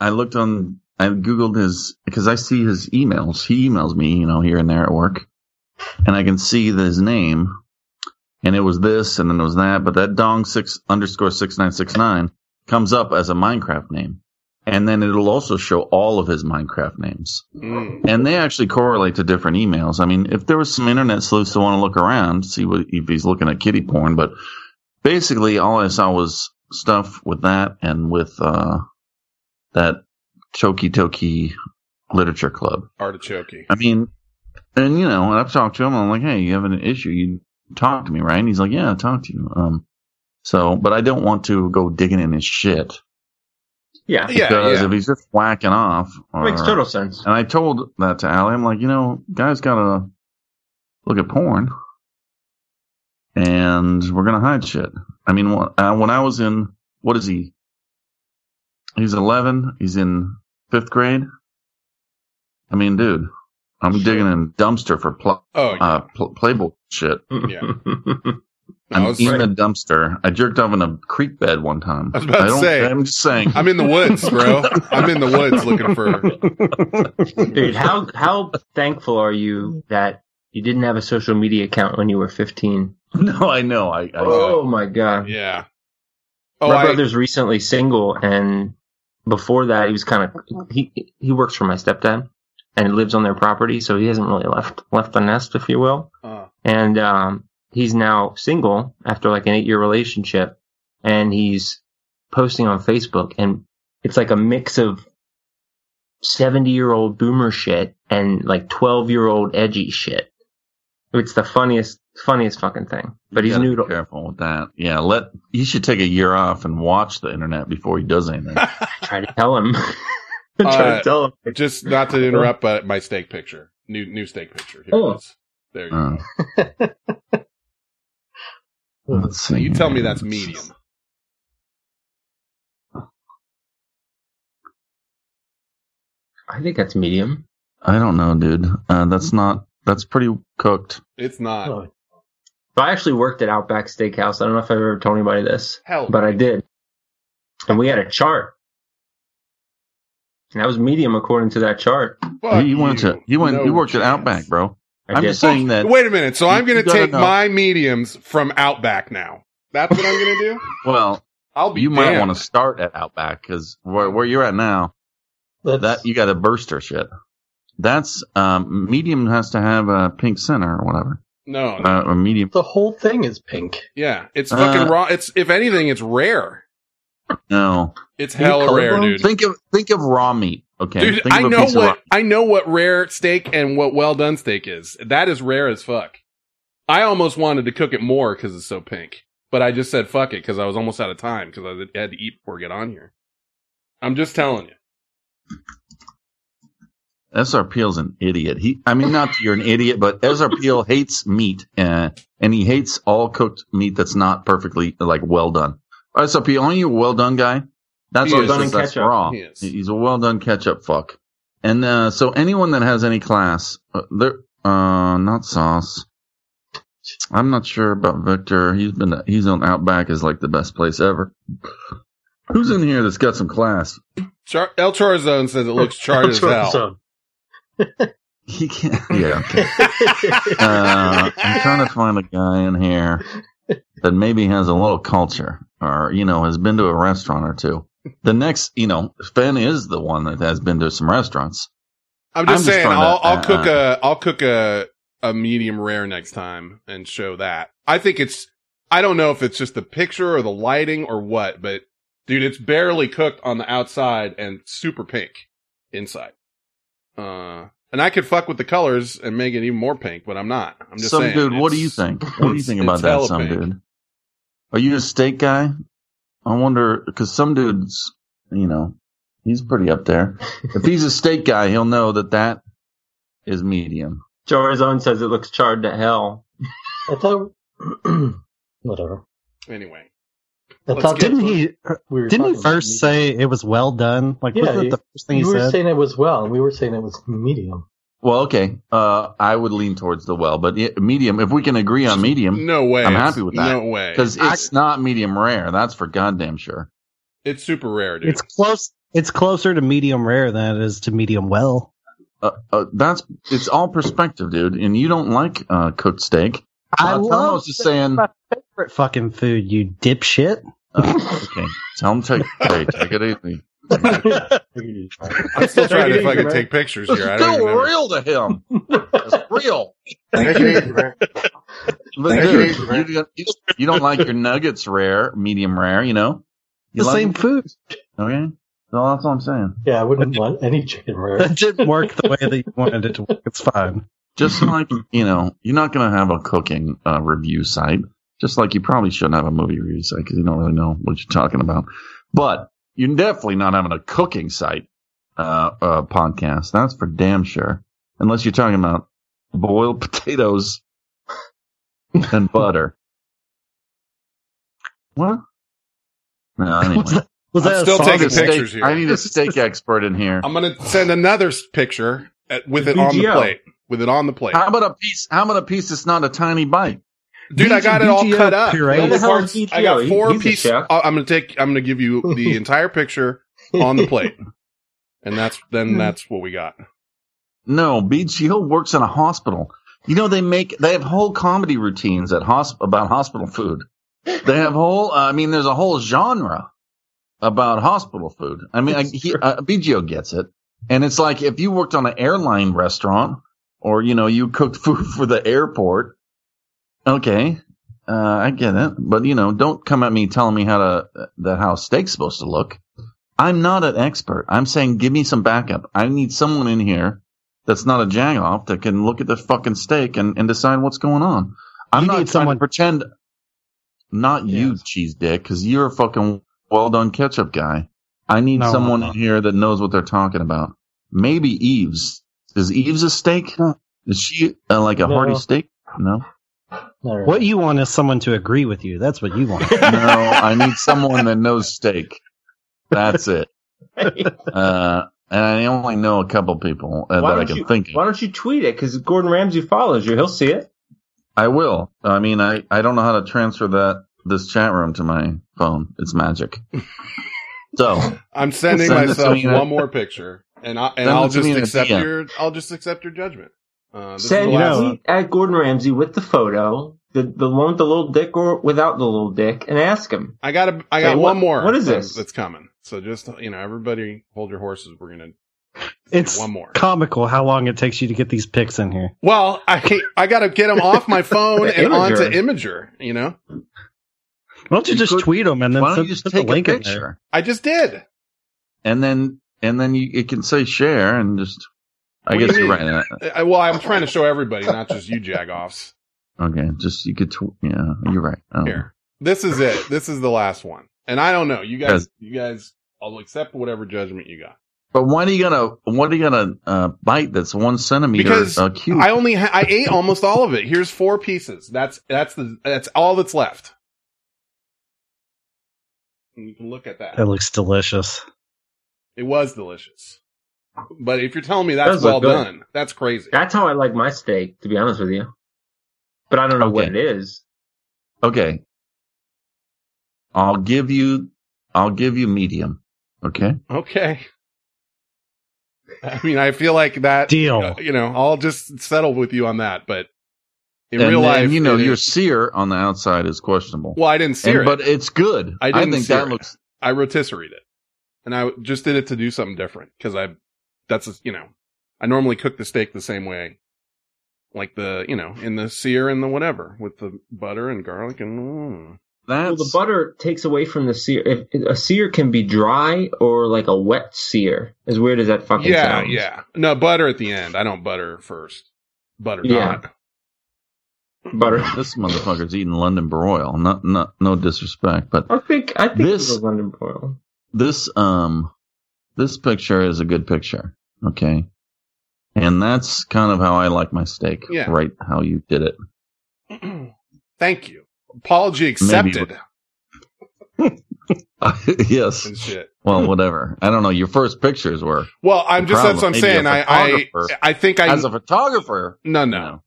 I looked on, I googled his because I see his emails. He emails me, you know, here and there at work, and I can see that his name, and it was this, and then it was that. But that Dong six underscore six nine six nine comes up as a Minecraft name, and then it'll also show all of his Minecraft names, Mm. and they actually correlate to different emails. I mean, if there was some internet sleuths to want to look around, see what if he's looking at kitty porn, but basically all I saw was stuff with that and with uh, that Choki Toki Literature Club. Artichoke. I mean, and you know, and I've talked to him. I'm like, hey, you have an issue? You talk to me, right? And he's like, yeah, I talk to you. Um, so, but I don't want to go digging in his shit [LAUGHS] Yeah, Uh-huh. Yeah. because Yeah. if he's just whacking off, or, makes total [LAUGHS] sense. and I told that to Allie. I'm like, you know, guys gotta look at porn, and we're gonna hide shit. I mean, wh- uh, when I was in, what is he? He's 11. He's in fifth grade. I mean, dude, I'm digging in dumpster for pl- Oh. Yeah. uh, pl- Playboy shit. Yeah. I I'm was- in a dumpster. I jerked off in a creek bed one time. I was about to say. I'm just saying. I'm in the woods, bro. I'm in the woods looking [LAUGHS] for. Dude, how how thankful are you that you didn't have a social media account when you were fifteen? [LAUGHS] no, I know. I, I Oh my god. Yeah. Oh, my I, brother's recently single and before that he was kind of he he works for my stepdad and lives on their property, so he hasn't really left left the nest, if you will. uh, and um, he's now single after like an eight year relationship, and he's posting on Facebook, and it's like a mix of seventy year old boomer shit and like twelve year old edgy shit. It's the funniest, funniest fucking thing. But You he's gotta new be to careful with that. Yeah, let he should take a year off and watch the internet before he does anything. [LAUGHS] try to tell him. [LAUGHS] try Uh, to tell him. just not to interrupt, but my steak picture, new new steak picture. Here Oh. it is. There you Uh, let's go. see. You tell me that's here. medium. I think that's medium. I don't know, dude. Uh, that's not. That's pretty cooked. It's not. Oh, But I actually worked at Outback Steakhouse. I don't know if I've ever told anybody this. Hell, but I did. And we had a chart. And that was medium according to that chart. fuck you, you went to you went No you worked at chance. Outback, bro. I'm just saying that. Wait a minute. So I'm You going to gotta take know. my mediums from Outback now. That's what I'm going to do. Well, I'll be. you might damned. want to start at Outback because where, where you're at now, That's, that you got a burster shit. That's um, medium has to have a pink center or whatever. No. Uh, or medium. the whole thing is [LAUGHS] pink. Yeah. It's fucking Uh, raw. It's if anything, it's rare. No. It's Are you hella rare, colorblind? dude. Think of think of raw meat. Okay. Dude, think of I a know piece of raw- what I know what rare steak and what well done steak is. That is rare as fuck. I almost wanted to cook it more because it's so pink, but I just said fuck it because I was almost out of time because I had to eat before I get on here. I'm just telling you. Ezra Peel's an idiot. He, I mean, not that you're an idiot, but Ezra Peel hates meat, uh, and he hates all cooked meat that's not perfectly like well done. Ezra Peel, aren't you a well done guy? That's He what is. done that's Ketchup. raw. He is. He's a well done ketchup fuck. And uh, so anyone that has any class, uh, they're uh, not sauce. I'm not sure about Victor. He's been he's on Outback is like the best place ever. Who's in here that's got some class? Char- El Charizone says it looks charred as hell. So- He can't. Yeah. Okay. [LAUGHS] uh, I'm trying to find a guy in here that maybe has a little culture or, you know, has been to a restaurant or two. The next, you know, Ben is the one that has been to some restaurants. I'm just I'm just saying, trying to- I'll, I'll uh, cook a I'll cook a a medium rare next time and show that. I think it's I don't know if it's just the picture or the lighting or what, but dude, it's barely cooked on the outside and super pink inside. Uh, and I could fuck with the colors and make it even more pink, but I'm not. I'm just some saying. dude, what do you it's- think? What do you it's- think about it's that, hella some pink. dude? Are you a steak guy? I wonder, because some dudes, you know, he's pretty up there. if he's a steak guy, he'll know that that is medium. Jorazone says it looks charred to hell. I thought. [CLEARS THROAT] whatever. Anyway, I Let's thought get- that's Didn't what he? we were Didn't he talking about, first medium. say it was well done? Like, Yeah, wasn't you- it the first thing he you were said? saying it was well, and we were saying it was medium. [LAUGHS] Well, okay. Uh, I would lean towards the well, but it, medium. If we can agree on medium, no way. I'm it's- happy with that. No way. because it's not medium rare. That's for goddamn sure. It's super rare, dude. it's close. It's closer to medium rare than it is to medium well. Uh, uh, that's it's all perspective, dude. And you don't like uh, cooked steak. I uh, love Thomas is saying. my favorite fucking food, you dipshit. Uh, okay, tell him take hey, take it easy. I'm still trying to [LAUGHS] Take it easy, fucking man. take pictures [LAUGHS] It's here. I don't still even know. real to him. It's real. Take it easy, man. But Take it dude, easy, man. you, don't- you don't like your nuggets rare, medium rare. You know, you The like same food. [LAUGHS] Okay, so that's what I'm saying. yeah, I wouldn't want any chicken rare. That didn't work the way that you wanted it to work. It's fine. [LAUGHS] Just like you know, you're not going to have a cooking uh, review site. Just like you probably shouldn't have a movie review site because you don't really know what you're talking about. But you're definitely not having a cooking site uh, uh, podcast. That's for damn sure. Unless you're talking about boiled [LAUGHS] potatoes and butter. What? [LAUGHS] No, anyway. Was that, was I'm that a still song? taking A steak- pictures here. I need [LAUGHS] a steak expert in here. I'm gonna send another s- picture at, with it on the VGO. plate. With it on the plate, How about a piece? How about a piece that's not a tiny bite? dude. I got it all VGO cut up. puree. All the What the hell parts- is VGO? I got He- four he's a pieces. chef. I'm gonna take. I'm gonna give you [LAUGHS] the entire picture on the plate, and that's then Hmm. that's what we got. No, BGO works in a hospital. You know they make they have whole comedy routines at hosp- about hospital food. They have whole. uh, I mean, there's a whole genre about hospital food. I mean, I, he, uh, BGO gets it, and it's like if you worked on an airline restaurant or you know you cooked [LAUGHS] food for the airport. Okay, uh, I get it, but you know, don't come at me telling me how to uh, that how steak's supposed to look. I'm not an expert. I'm saying give me some backup. I need someone in here that's not a jagoff that can look at the fucking steak and, and decide what's going on. I'm You not trying need someone- to pretend. Not you, cheese dick, because you're a fucking well done ketchup guy. I need No, someone no, no. in here that knows what they're talking about. Maybe Eves. Is Eves a steak? Is she uh, like a No. hearty steak? No. All right. What you want is someone to agree with you. That's what you [LAUGHS] want. No, I need someone that knows steak. [LAUGHS] That's it. Uh, and I only know a couple people uh, Why that I don't can you- think of. Why don't you tweet it? Because Gordon Ramsay follows you. He'll see it. I will. I mean, I, I don't know how to transfer that this chat room to my phone. It's magic. [LAUGHS] so I'm sending Send it to myself uh, me in a- one more picture, and I and Send I'll it to just me in a accept DM. your. I'll just accept your judgment. Uh, this is Send the last- tweet at Gordon Ramsay with the photo, the the one with the little dick or without the little dick, and ask him. I got a, I got Hey, one what- more. what is that- this? That's coming. So just you know, everybody hold your horses. We're gonna It's one more. comical how long it takes you to get these pics in here. Well, I I got to get them off my [LAUGHS] phone and onto Imager. Imager. You know, Why don't you, You just could- tweet them and then Why don't send, you just put take the link a in there? picture I just did. and then and then you it can say share and just. I What do guess you you are mean? right. I, well, I'm trying to show everybody, not just you jagoffs. uh, Okay, just you could. Tw- yeah, you're right. oh. I don't know. Here, this is it. This is the last one, and I don't know. You guys, Yes. you guys, I'll accept whatever judgment you got. But why do you got a what do you got a uh, bite that's one centimeter Because uh, cute? I only ha- I ate almost all of it. Here's four pieces. That's that's the that's all that's left. And you can look at that. That looks delicious. It was delicious. But if you're telling me that's Does look well good. done, that's crazy. That's how I like my steak, to be honest with you. But I don't know what it Okay. is. okay, I'll give you I'll give you medium. Okay, Okay. I mean, I feel like that. Deal. uh, you know, I'll just settle with you on that. But in and real then, life, you know it your is- sear on the outside is questionable. well, I didn't sear And- but it. it's good. I I, didn't think sear that it. looks. I rotisseried it, and I w- just did it to do something different because I. That's a, you know, I normally cook the steak the same way, like the you know in the sear and the whatever with the butter and garlic and. mm. That's Well, the butter takes away from the sear. If, if- a sear can be dry or like a wet sear. As weird as that fucking Yeah, sounds. yeah. No butter at the end. I don't butter first. Butter Yeah. not. Butter. this motherfucker's eating London broil. Not not no disrespect, but I think I think This- this is London broil. this um this picture is a good picture okay and that's kind of how i like my steak Yeah. right how you did it [LAUGHS] Thank you. Apology accepted yes and shit. well whatever i don't know your first pictures were Well, I'm The just that's what I'm problem, saying. maybe a I, I photographer- I think I as a photographer no you no. know.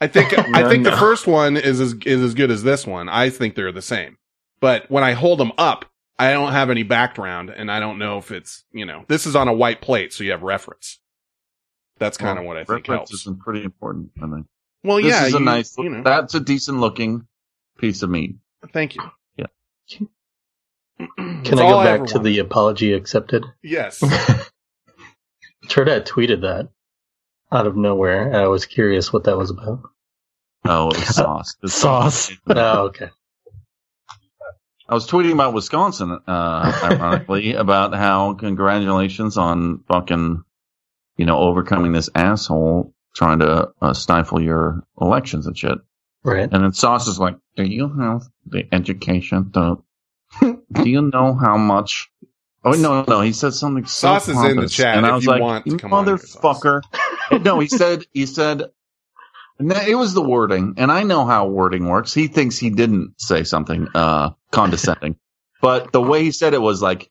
I [LAUGHS] think I No, think the no. first one is as is as good as this one. I think they're the same. But when I hold them up, I don't have any background, and I don't know if it's you know this is on a white plate, so you have reference. That's kind of Well, what I think reference helps. is pretty important i think Well, this yeah, is a you- nice you know. that's a decent looking piece of meat Thank you. Yeah. Can Can I go back to the apology accepted? [LAUGHS] yes? Uh, Turdette tweeted that out of nowhere, and I was curious what that was about. oh it was sauce The [LAUGHS] [LAUGHS] Sauce. oh, okay. I was tweeting about Wisconsin, uh, [LAUGHS] ironically, about how congratulations on fucking, you know, overcoming this asshole trying to uh, stifle your elections and shit. Right. And then Sauce is like, do you have the education to, do you know how much? Oh, no, no, he said something. so Sauce is in the pompous. chat And I if was you like, want to "You come on here, Sauce." motherfucker. no, he said, he said, no, it was the wording, and I know how wording works. He thinks he didn't say something uh, [LAUGHS] condescending, but the way he said it was like,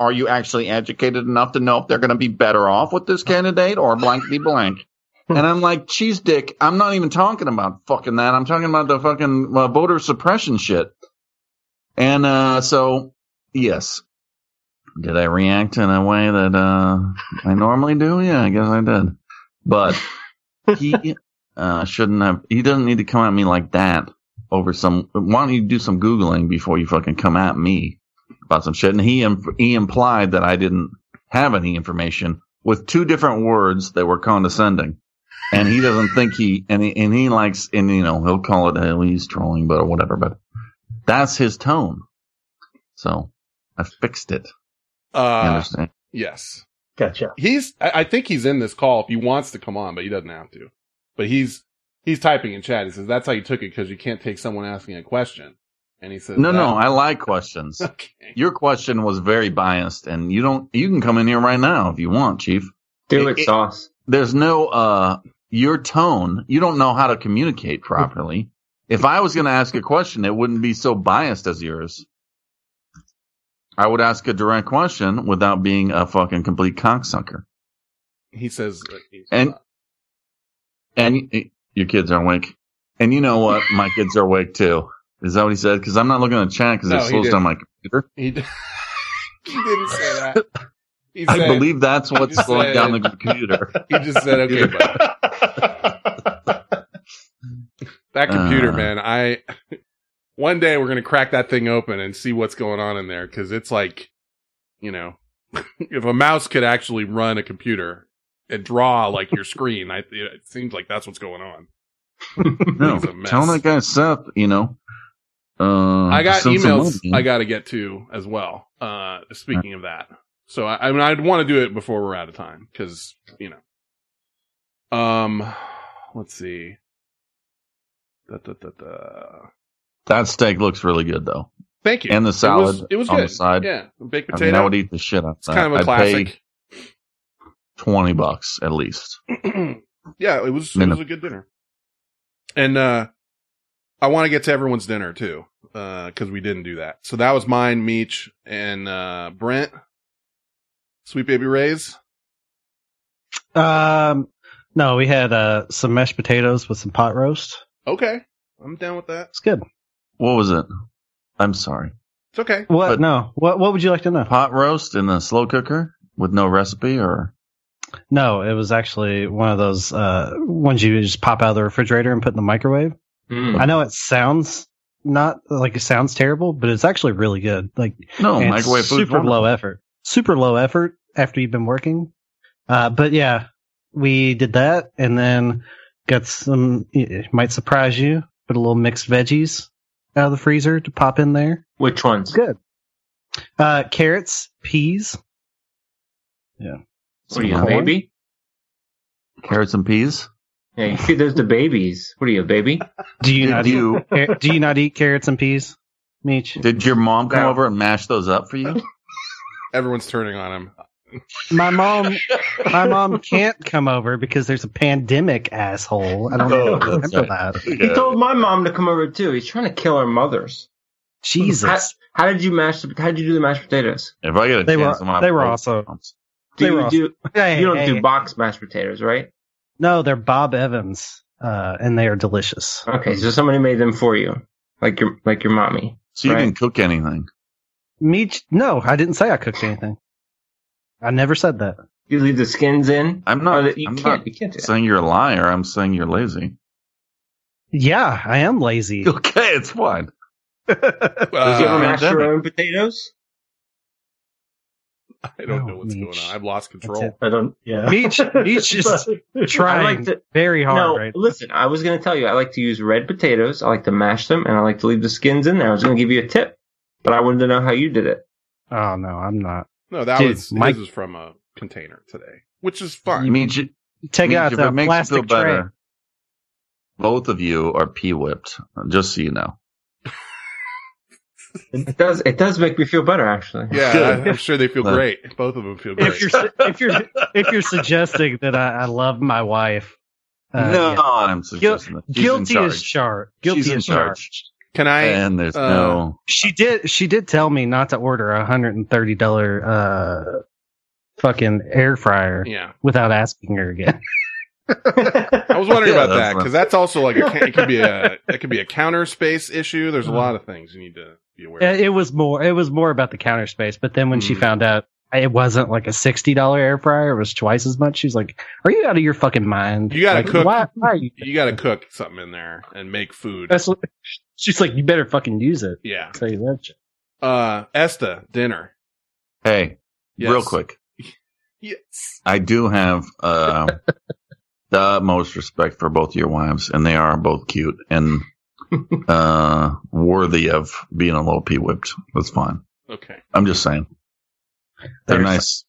"Are you actually educated enough to know if they're going to be better off with this candidate or blankety blank?" And I'm like, "Cheese dick, I'm not even talking about fucking that. I'm talking about the fucking uh, voter suppression shit." And uh, so, yes, did I react in a way that uh, I normally do? Yeah, I guess I did, but he uh, shouldn't have. He doesn't need to come at me like that over some. Why don't you do some googling before you fucking come at me about some shit? And he im- he implied that I didn't have any information with two different words that were condescending, and he doesn't think he and he, and he likes and you know he'll call it oh, he's trolling but or whatever, but that's his tone. So I fixed it. You Uh, understand? yes, Gotcha. he's. I, I think he's in this call if he wants to come on, but he doesn't have to. But he's he's typing in chat. He says that's how you took it because you can't take someone asking a question. And he says, No, that- no, I like questions. [LAUGHS] okay. Your question was very biased, and you don't. You can come in here right now if you want, Chief. Do It- it, it- sauce. There's no uh your tone. You don't know how to communicate properly. If I was going to ask a question, it wouldn't be so biased as yours. I would ask a direct question without being a fucking complete cocksucker. He says, uh, he's- And and y- your kids are awake. And you know what? My kids are awake too. Is that what he said? Because I'm not looking at chat because No, it he slows down my computer. he, [LAUGHS] d- he didn't say [LAUGHS] that. He I said- believe that's he what's said- [LAUGHS] slowing down the computer. [LAUGHS] he just said, "Okay, bud." That computer, Uh. man. I [LAUGHS] one day we're gonna crack that thing open and see what's going on in there because it's like, you know, [LAUGHS] if a mouse could actually run a computer and draw like your screen, I, it seems like that's what's going on. [LAUGHS] [LAUGHS] No, It's a mess. tell that guy Seth, you know. Uh, I got send some emails money. I got to get to as well. Uh, speaking of that, so I, I mean, I'd want to do it before we're out of time because you know. Um, let's see. Da, da, da, da. that steak looks really good though. Thank you. And the it was, salad it was on good. the side. Yeah, baked I potato. mean, I would eat the shit out of it's that. kind of a I'd pay classic. twenty bucks at least. [CLEARS THROAT] yeah, it was it Minimum. was a good dinner. And uh I want to get to everyone's dinner too, uh, because we didn't do that. So that was mine, Meech, and uh Brent. Sweet baby Ray's. Um, no, we had uh, some mashed potatoes with some pot roast. Okay. I'm down with that. It's good. What was it? I'm sorry. It's okay. What? But- no. What? What would you like to know? Pot roast in the slow cooker with no recipe, or No, it was actually one of those uh, ones you just pop out of the refrigerator and put in the microwave. Mm. I know it sounds not like it sounds terrible, but it's actually really good. Like no and it's Oh, microwave food. super low effort, super low effort after you've been working. Uh, but yeah, we did that and then got some. It might surprise you. Put a little mixed veggies out of the freezer to pop in there. Which ones? It's good. Uh, carrots, peas. What are you, a Corn? baby? Carrots and peas. Yeah, you- there's the babies. What are you, a baby? Do you not Did you [LAUGHS] eat? car- Do you not eat carrots and peas, Meech? did your mom come No. over and mash those up for you? Everyone's turning on [LAUGHS] him. My mom, my [LAUGHS] mom can't come over because there's a pandemic, asshole. I don't Oh, know if you that's remember that. He told my mom to come over too. He's trying to kill our mothers. How, Jesus, how did you mash? The, how did you do the mashed potatoes? If I get a They were- chance, I'm gonna they were play also- drums. Do They you were do? Hey, You don't hey, do box mashed potatoes, right? no, they're Bob Evans, uh, and they are delicious. Okay, so somebody made them for you, like your like your mommy. So you Right. can cook anything. Meech, no, I didn't say I cooked anything. I never said that. You leave the skins in. I'm not- Oh, that- you I'm can't. not you can't do that. Saying you're a liar, I'm saying you're lazy. Yeah, I am [LAUGHS] lazy. Okay, it's fine. Did you ever Uh, man. mash your pandemic. own potatoes? I don't No, know what's Oh, Meech. going on. I've lost control. I don't. Yeah. [LAUGHS] Meech, Meech just I trying like to- very hard no, right listen. I was going to tell you. I like to use red potatoes. I like to mash them, and I like to leave the skins in there. I was going to give you a tip, but I wanted to know how you did it. Oh no, I'm not. No, that Dude, was my- this is from a container today, which is fine. You mean you, Take means out if the it makes you plastic feel tray. better, Both of you are pee whipped, just so you know. It does. It does make me feel better, actually. yeah, I, am sure they feel [LAUGHS] Look. great. Both of them feel great. If [LAUGHS] you're su- if you're if you're suggesting that I, I love my wife, uh, no, yeah. I'm suggesting that. She's in guilty charge. as charged. Guilty She's in as charged. charge. Can I? And there's uh, no. She did. She did tell me not to order a hundred and thirty dollar uh fucking air fryer yeah. without asking her again. I was wondering Yeah, about that's that because fine. that's also like a, ca- it could be [LAUGHS] a it could be a counter space issue. There's a Uh-huh. lot of things you need to be aware. Uh, of. It was more. It was more about the counter space. But then when she Mhm. found out it wasn't like a sixty dollar air fryer, it was twice as much. She's like, "Are you out of your fucking mind? You gotta Like, cook. Why, why are you?" [LAUGHS] You got to cook something in there and make food. That's what, [LAUGHS] she's like, "You better fucking use it." yeah. I'll tell you that shit. Uh, Esta dinner. Hey, Yes. real quick. Yes. I do have uh, the utmost respect for both your wives, and they are both cute and uh, worthy of being a little pee whipped. That's fine. Okay. I'm just saying. They're There's- nice.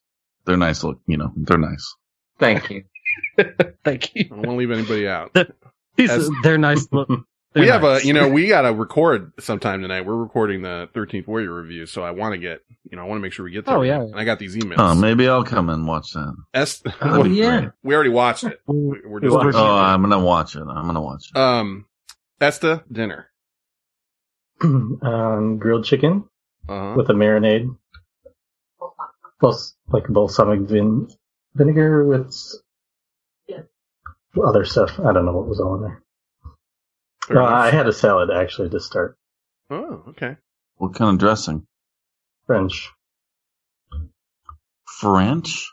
They're nice. Look, you know, they're nice. Thank you. [LAUGHS] Thank I you. don't want to leave anybody [LAUGHS] out. These- As- they're nice. Look, we they're have nice. a you know we got to record sometime tonight. We're recording the 13th Warrior review, so I want to get you know I want to make sure we get. Oh, yeah. And I got these emails. Oh, maybe I'll come and watch that. Esta, Oh, That'd be yeah. great. [LAUGHS] we already watched [LAUGHS] it. We- We're just Oh, Oh, I'm gonna watch it. I'm gonna watch it. um Esta dinner. um, grilled chicken Uh huh. with a marinade, plus like balsamic vin- vinegar with s- other stuff. I don't know what was all in there. No, I had a salad actually to start Oh, okay. What kind of dressing? French French?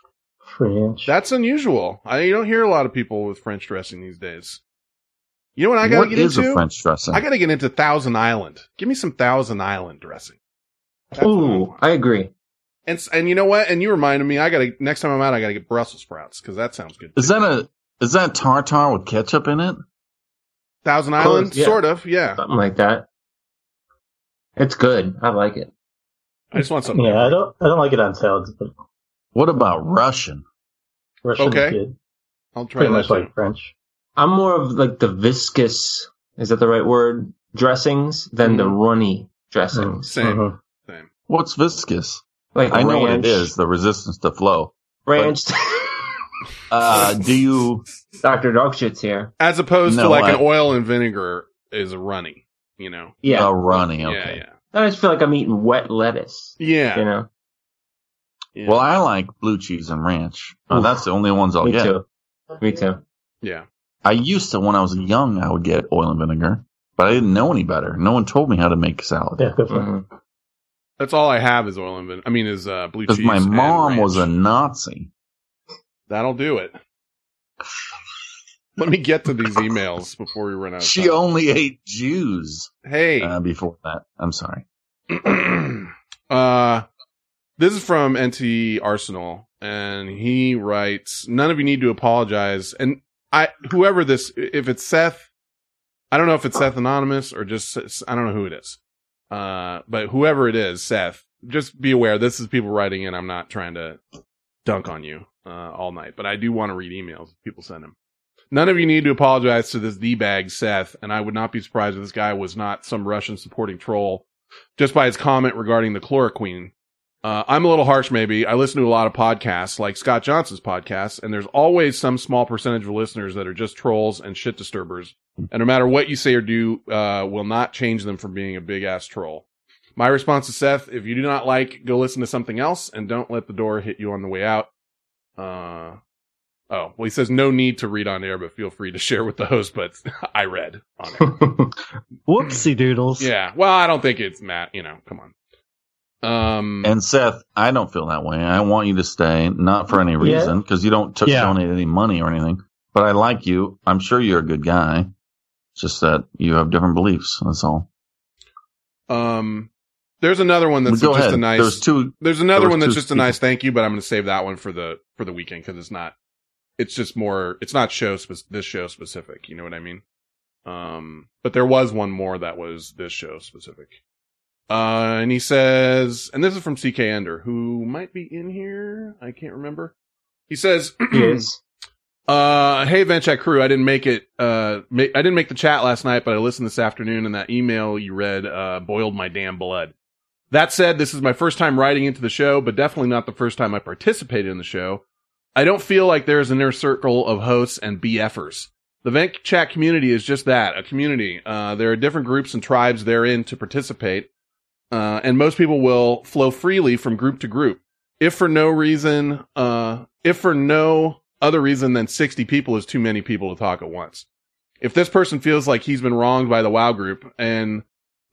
French. That's unusual. I you don't hear a lot of people with French dressing these days. You know what I gotta What get is into? a French dressing? I gotta get into Thousand Island. Give me some Thousand Island dressing. That's what I Ooh, want. I agree. and s- and you know what? And you reminded me. I gotta next time I'm out, I gotta get Brussels sprouts because that sounds good. is that a is that tartar with ketchup in it? Thousand Close, Island, yeah. sort of. Yeah, Something like that. It's good. I like it. I just want something. yeah, I don't I don't like it on salads, but What about Russian? Russian Okay. is good. I'll try Pretty that. much too. like French. I'm more of like the viscous, is that the right word? Dressings than the runny dressings. Same. Mhm. What's viscous? Like I know what ranch, it is. The resistance to flow. Ranch. [LAUGHS] Uh, do you? Dr. Dogshit's here. As opposed to No, like I- an oil and vinegar is a runny. You know. Yeah. Oh, runny. Yeah, Okay. yeah, I just feel like I'm eating wet lettuce. yeah. You know? yeah. Well, I like blue cheese and ranch. Uh, Oof. that's the only ones Oh, I'll Me get. too. Me too. yeah. I used to, when I was young, I would get oil and vinegar, but I didn't know any better. No one told me how to make salad. Yeah, good for Mhm. That's all I have is oil and vinegar. I mean, is uh, blue Because cheese. my and mom was a ranch. Nazi. That'll do it. [LAUGHS] Let me get to [LAUGHS] these emails before we run out. Of She time. only ate Jews hey. uh, before that. I'm sorry. [CLEARS THROAT] uh, this is from NT Arsenal, and he writes, "None of you need to apologize." And I, whoever this, if it's Seth, I don't know if it's Seth Anonymous or just I don't know who it is, uh, but whoever it is, Seth, just be aware this is people writing in. I'm not trying to dunk on you uh, all night, but I do want to read emails people send him. None of you need to apologize to this d bag Seth, and I would not be surprised if this guy was not some Russian supporting troll just by his comment regarding the chloroquine. Uh, I'm a little harsh, maybe. I listen to a lot of podcasts, like Scott Johnson's podcast, and there's always some small percentage of listeners that are just trolls and shit disturbers. And no matter what you say or do, uh, will not change them from being a big ass troll. My response to Seth: If you do not like, go listen to something else, and don't let the door hit you on the way out. Uh, oh, well, he says no need to read on air, but feel free to [LAUGHS] share with the host. But I read on air. Whoopsie doodles. yeah. Well, I don't think it's Matt. You know, come on. Um, And Seth, I don't feel that way. I want you to stay, not for any Yeah. reason, because you don't t- Yeah. donate any money or anything. But I like you. I'm sure you're a good guy. It's just that you have different beliefs. That's all. Um, there's another one that's Go just ahead. a nice. There's, There's two. another there one was that's two just a nice thank you, but I'm going to save that one for the for the weekend because it's not. It's just more. It's not show spec- this show specific. You know what I mean? Um, but there was one more that was this show specific. Uh, and he says, and this is from CK Ender, who might be in here. I can't remember. He says, [CLEARS THROAT] Yes. Uh, hey, Venture crew. I didn't make it. Uh, ma- I didn't make the chat last night, but I listened this afternoon, and that email you read uh, boiled my damn blood. That said, this is my first time writing into the show, but definitely not the first time I participated in the show. I don't feel like there is an inner circle of hosts and BFers. The Vent Chat community is just that, a community. Uh, there are different groups and tribes therein to participate, uh, and most people will flow freely from group to group if for no reason, uh, if for no other reason than 60 people is too many people to talk at once. If this person feels like he's been wronged by the WoW group and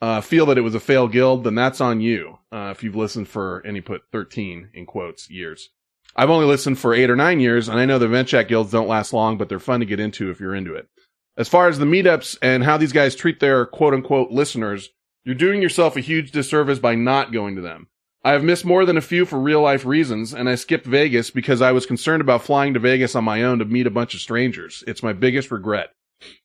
uh, feel that it was a failed guild, then that's on you. Uh, if you've listened for, and he put 13 in quotes, years. I've only listened for eight or nine years, and I know the Ventchat guilds don't last long, but they're fun to get into if you're into it. As far as the meetups and how these guys treat their quote unquote listeners, you're doing yourself a huge disservice by not going to them. I have missed more than a few for real life reasons, and I skipped Vegas because I was concerned about flying to Vegas on my own to meet a bunch of strangers. It's my biggest regret.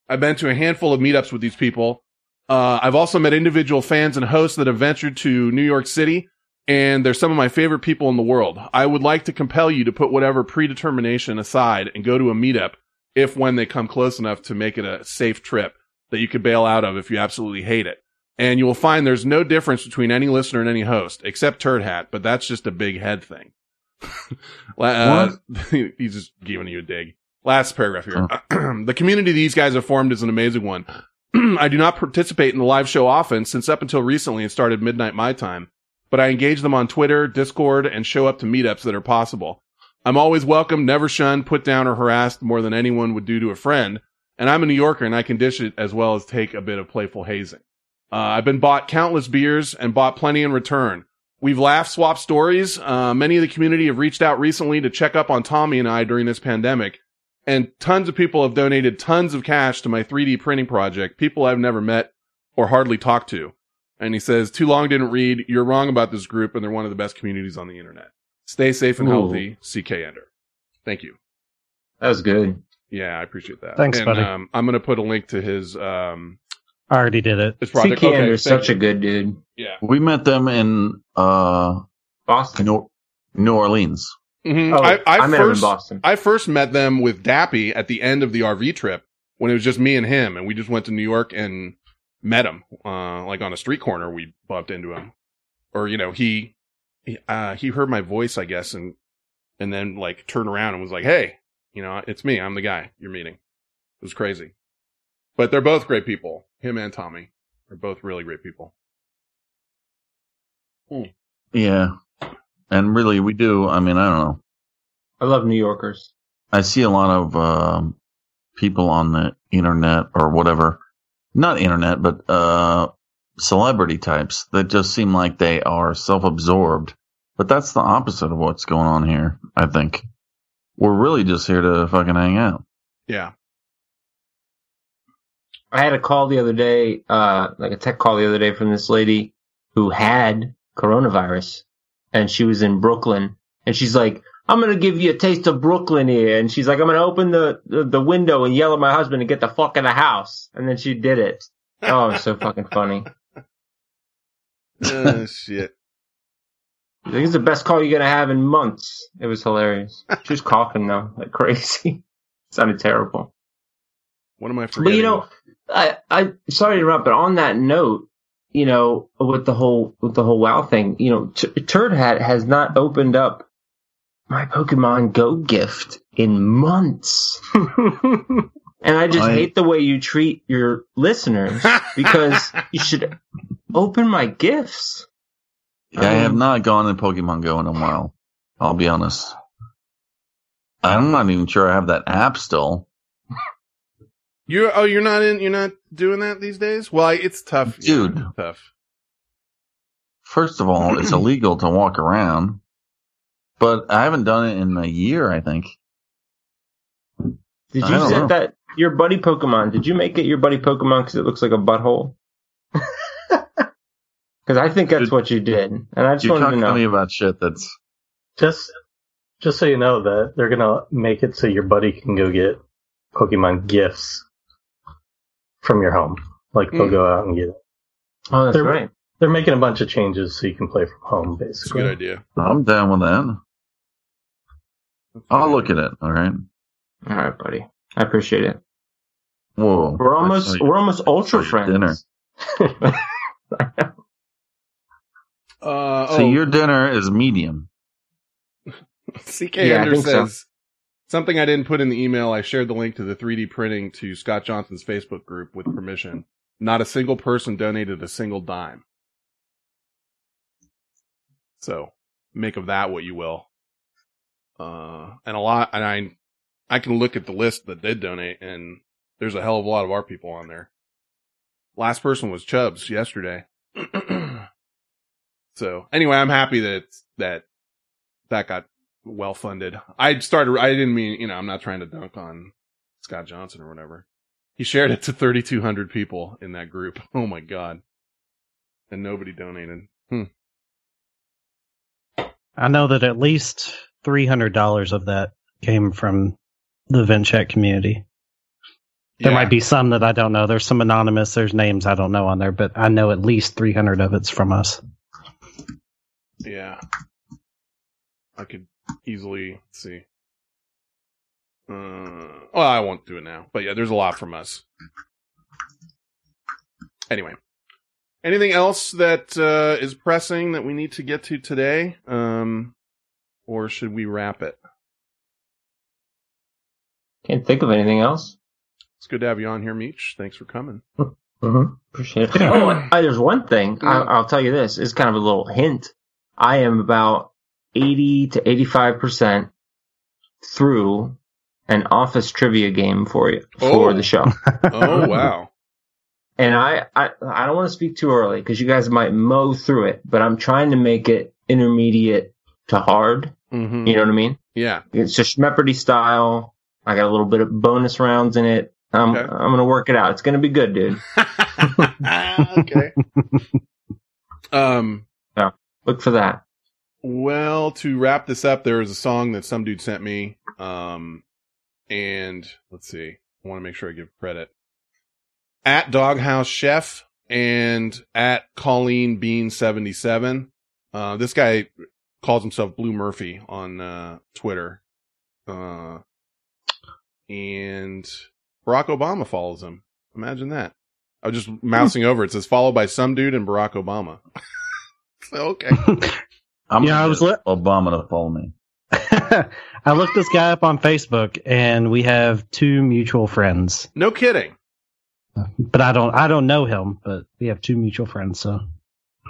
I've been to a handful of meetups with these people. Uh, I've also met individual fans and hosts that have ventured to New York City, and they're some of my favorite people in the world. I would like to compel you to put whatever predetermination aside and go to a meetup if when they come close enough to make it a safe trip that you could bail out of if you absolutely hate it. And you will find there's no difference between any listener and any host, except Turd Hat, but that's just a big head thing. [LAUGHS] La- uh, [LAUGHS] he's just giving you a dig. Last paragraph here. [CLEARS THROAT] the community these guys have formed is an amazing one. [CLEARS THROAT] I do not participate in the live show often since up until recently it started midnight my time, but I engage them on Twitter, Discord, and show up to meetups that are possible. I'm always welcome, never shunned, put down, or harassed more than anyone would do to a friend. And I'm a New Yorker and I can dish it as well as take a bit of playful hazing. Uh, I've been bought countless beers and bought plenty in return. We've laughed, swapped stories. Uh, many of the community have reached out recently to check up on Tommy and I during this pandemic. And tons of people have donated tons of cash to my 3D printing project, people I've never met or hardly talked to. And he says, Too long didn't read. You're wrong about this group, and they're one of the best communities on the internet. Stay safe and Ooh. healthy. CK Ender. Thank you. That was good. Yeah, I appreciate that. Thanks, and, buddy. Um, I'm going to put a link to his um, I already did it. his project. CK Okay, Ander's thank such you. a good dude. yeah. We met them in uh, Boston. New, New Orleans. Mhm. Oh, I, I, I met him in first Boston. I first met them with Dappy at the end of the RV trip when it was just me and him, and we just went to New York and met him. Uh, like on a street corner, we bumped into him, or you know, he he, uh, he heard my voice, I guess, and and then like turned around and was like, "Hey, you know, it's me. I'm the guy you're meeting." It was crazy, but they're both great people. Him and Tommy are both really great people. Yeah. And really, we do. I mean, I don't know. I love New Yorkers. I see a lot of um, people on the internet or whatever, not internet, but uh, celebrity types that just seem like they are self absorbed. But that's the opposite of what's going on here, I think. We're really just here to fucking hang out. [LAUGHS] Yeah. I had a call the other day, uh, like a tech call the other day from this lady who had coronavirus and she was in Brooklyn and she's like, I'm going to give you a taste of Brooklyn here. And she's like, I'm going to open the, the, the window and yell at my husband to get the fuck in the house. And then she did it. Oh, it's so fucking funny. Uh, shit. I think it's the best call you're going to have in months. It was hilarious. She was coughing though, like crazy. [LAUGHS] sounded terrible. What am I forgetting? But you know, I I sorry to interrupt, but on that note, you know, with the whole with the whole WoW thing, you know, T- Turd Hat has not opened up my Pokemon Go gift in months, and I just I- hate the way you treat your listeners because you should open my gifts. I have Um, not gone in Pokemon Go in a while. I'll be honest. I'm not even sure I have that app still. You oh you're not in you're not doing that these days? Well, I- it's tough, Yeah, Dude. it's tough. First of all, it's illegal to walk around, but I haven't done it in a year, I think. Did I you don't know. set that your buddy Pokemon? Did you make it your buddy Pokemon because it looks like a [LAUGHS] butthole? Because I think that's Did- what you did, and I just You're wanted to talking know. to me about shit that's Just, just so you know that they're gonna make it so your buddy can go get Pokemon gifts from your home. Like they'll Mm. go out and get it. Oh, that's They're- right. They're making a bunch of changes so you can play from home, It's a good basically. idea. I'm down with that. I'll look at it. All right. All right, buddy. I appreciate it. Whoa. We're almost we're almost ultra saw your dinner. friends. [LAUGHS] Uh, oh. So your dinner is medium. CK Yeah, I Ender think so. says something I didn't put in the email. I shared the link to the 3D printing to Scott Johnson's Facebook group with permission. Not a single person donated a single dime. So make of that what you will. Uh, and a lot, and I, I can look at the list that did donate, and there's a hell of a lot of our people on there. Last person was Chubbs yesterday. [CLEARS THROAT] so anyway, I'm happy that that that got well funded. I started. I didn't mean you know. I'm not trying to dunk on Scott Johnson or whatever. He shared it to 3,200 people in that group. [LAUGHS] Oh my god! And nobody donated. Hmm. I know that at least three hundred dollars of that came from the VinChat community. There Yeah. might be some that I don't know. There's some anonymous. There's names I don't know on there, but I know at least three hundred of it's from us. [LAUGHS] Yeah. I could easily let's see. Uh, well, I won't do it now. But yeah, there's a lot from us. Anyway, anything else that uh, is pressing that we need to get to today, um, or should we wrap it? Can't think of anything else. It's good to have you on here, Meech. Thanks for coming. Mm-hmm. [LAUGHS] Appreciate it. Oh, I, I- there's one thing I, I'll tell you. This is kind of a little hint. I am about eighty to eighty-five percent through an office trivia game for you for Oh. the show. Oh wow! and I, I, I don't want to speak too early because you guys might mow through it, but I'm trying to make it intermediate to hard. Mm-hmm. You know what I mean? Yeah. It's just Shmeperdy style. I got a little bit of bonus rounds in it. I'm Okay. I'm gonna work it out. It's gonna be good, dude. okay. [LAUGHS] um. Look for that. Well, to wrap this up, there is a song that some dude sent me. Um, and let's see. I want to make sure I give credit. At Doghouse Chef and at Colleen Bean 77. Uh, this guy calls himself Blue Murphy on, uh, Twitter. Uh, and Barack Obama follows him. Imagine that. I was just mousing over. It says followed by some dude and Barack Obama. [LAUGHS] so, okay. I'm Yeah, gonna I was get li- Obama to follow me. I looked this guy up on Facebook, and we have two mutual friends. No kidding. But I don't, I don't know him. But we have two mutual friends. So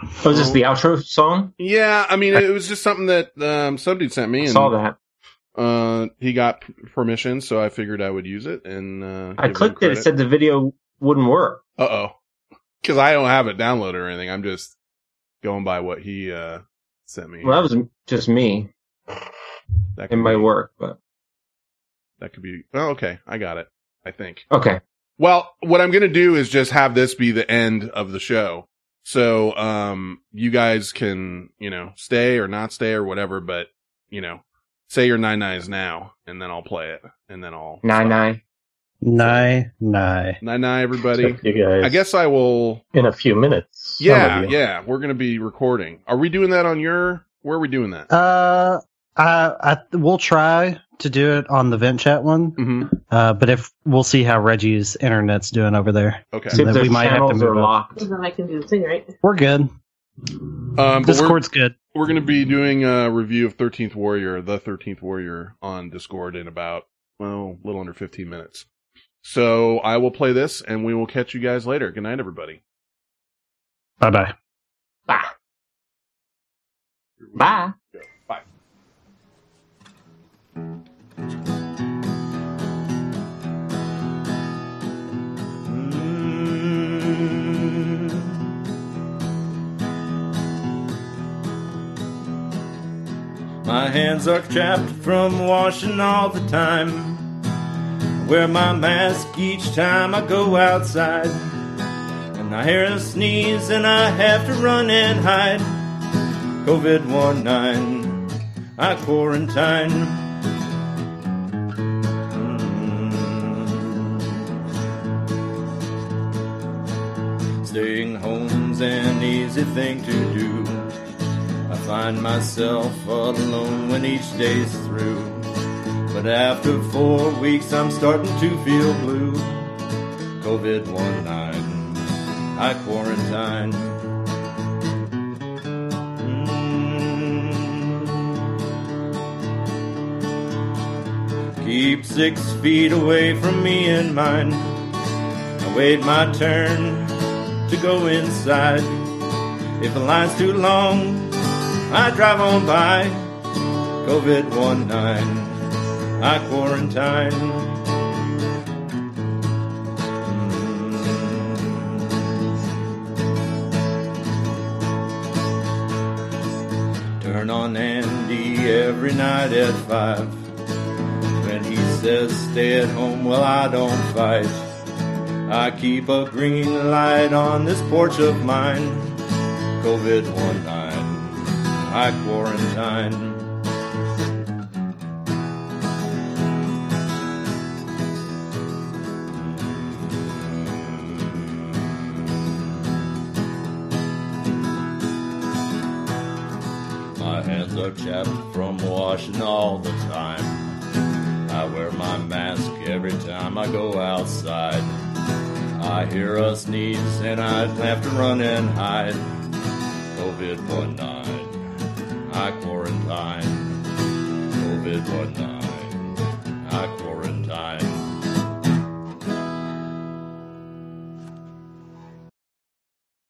Was Oh, this the outro song? Yeah, I mean, it was just something that um, some dude sent me, I and saw that. Uh, he got p- permission, so I figured I would use it. And uh, I clicked it. It said the video wouldn't work. "Uh oh," because I don't have it downloaded or anything. I'm just going by what he uh, sent me. Well, that was just me. that It could might be- work, but That could be. Oh, okay, I got it. I think. okay. Well, what I'm going to do is just have this be the end of the show. So, um, you guys can, you know, stay or not stay or whatever, but, you know, say your nine nines now and then I'll play it and then I'll Nine nine. nigh, nigh. nine nine everybody. Check you guys I guess I will. in a few minutes. Some Yeah. of you. Yeah. We're going to be recording. Are we doing that on your, where are we doing that? Uh, I, I we'll try to do it on the vent chat one. mm-hmm. hmm Uh, but if we'll see how Reggie's internet's doing over there, Okay. um, See Then if we their might have to channels are move on. locked. Then I can do the thing, right? we're good. Um, but we're, Discord's good. we're going to be doing a review of 13th Warrior, the 13th Warrior on Discord in about, well, a little under 15 minutes. So I will play this and we will catch you guys later. Good night, everybody. Bye bye. Bye. Bye. Bye. My hands are chapped from washing all the time. I wear my mask each time I go outside. And I hear a sneeze and I have to run and hide. COVID 19, I quarantine. Mm. Staying home's an easy thing to do. I find myself all alone when each day's through. But after four weeks, I'm starting to feel blue. COVID 19, I quarantine. Mm. Keep six feet away from me and mine. I wait my turn to go inside. If the line's too long, I drive on by COVID 19. I quarantine. Mm. Turn on Andy every night at five. When he says stay at home, well, I don't fight. I keep a green light on this porch of mine. COVID 19. I quarantine. My hands are chapped from washing all the time. I wear my mask every time I go outside. I hear a sneeze and I have to run and hide. COVID 19. I quarantine. COVID 19. I quarantine.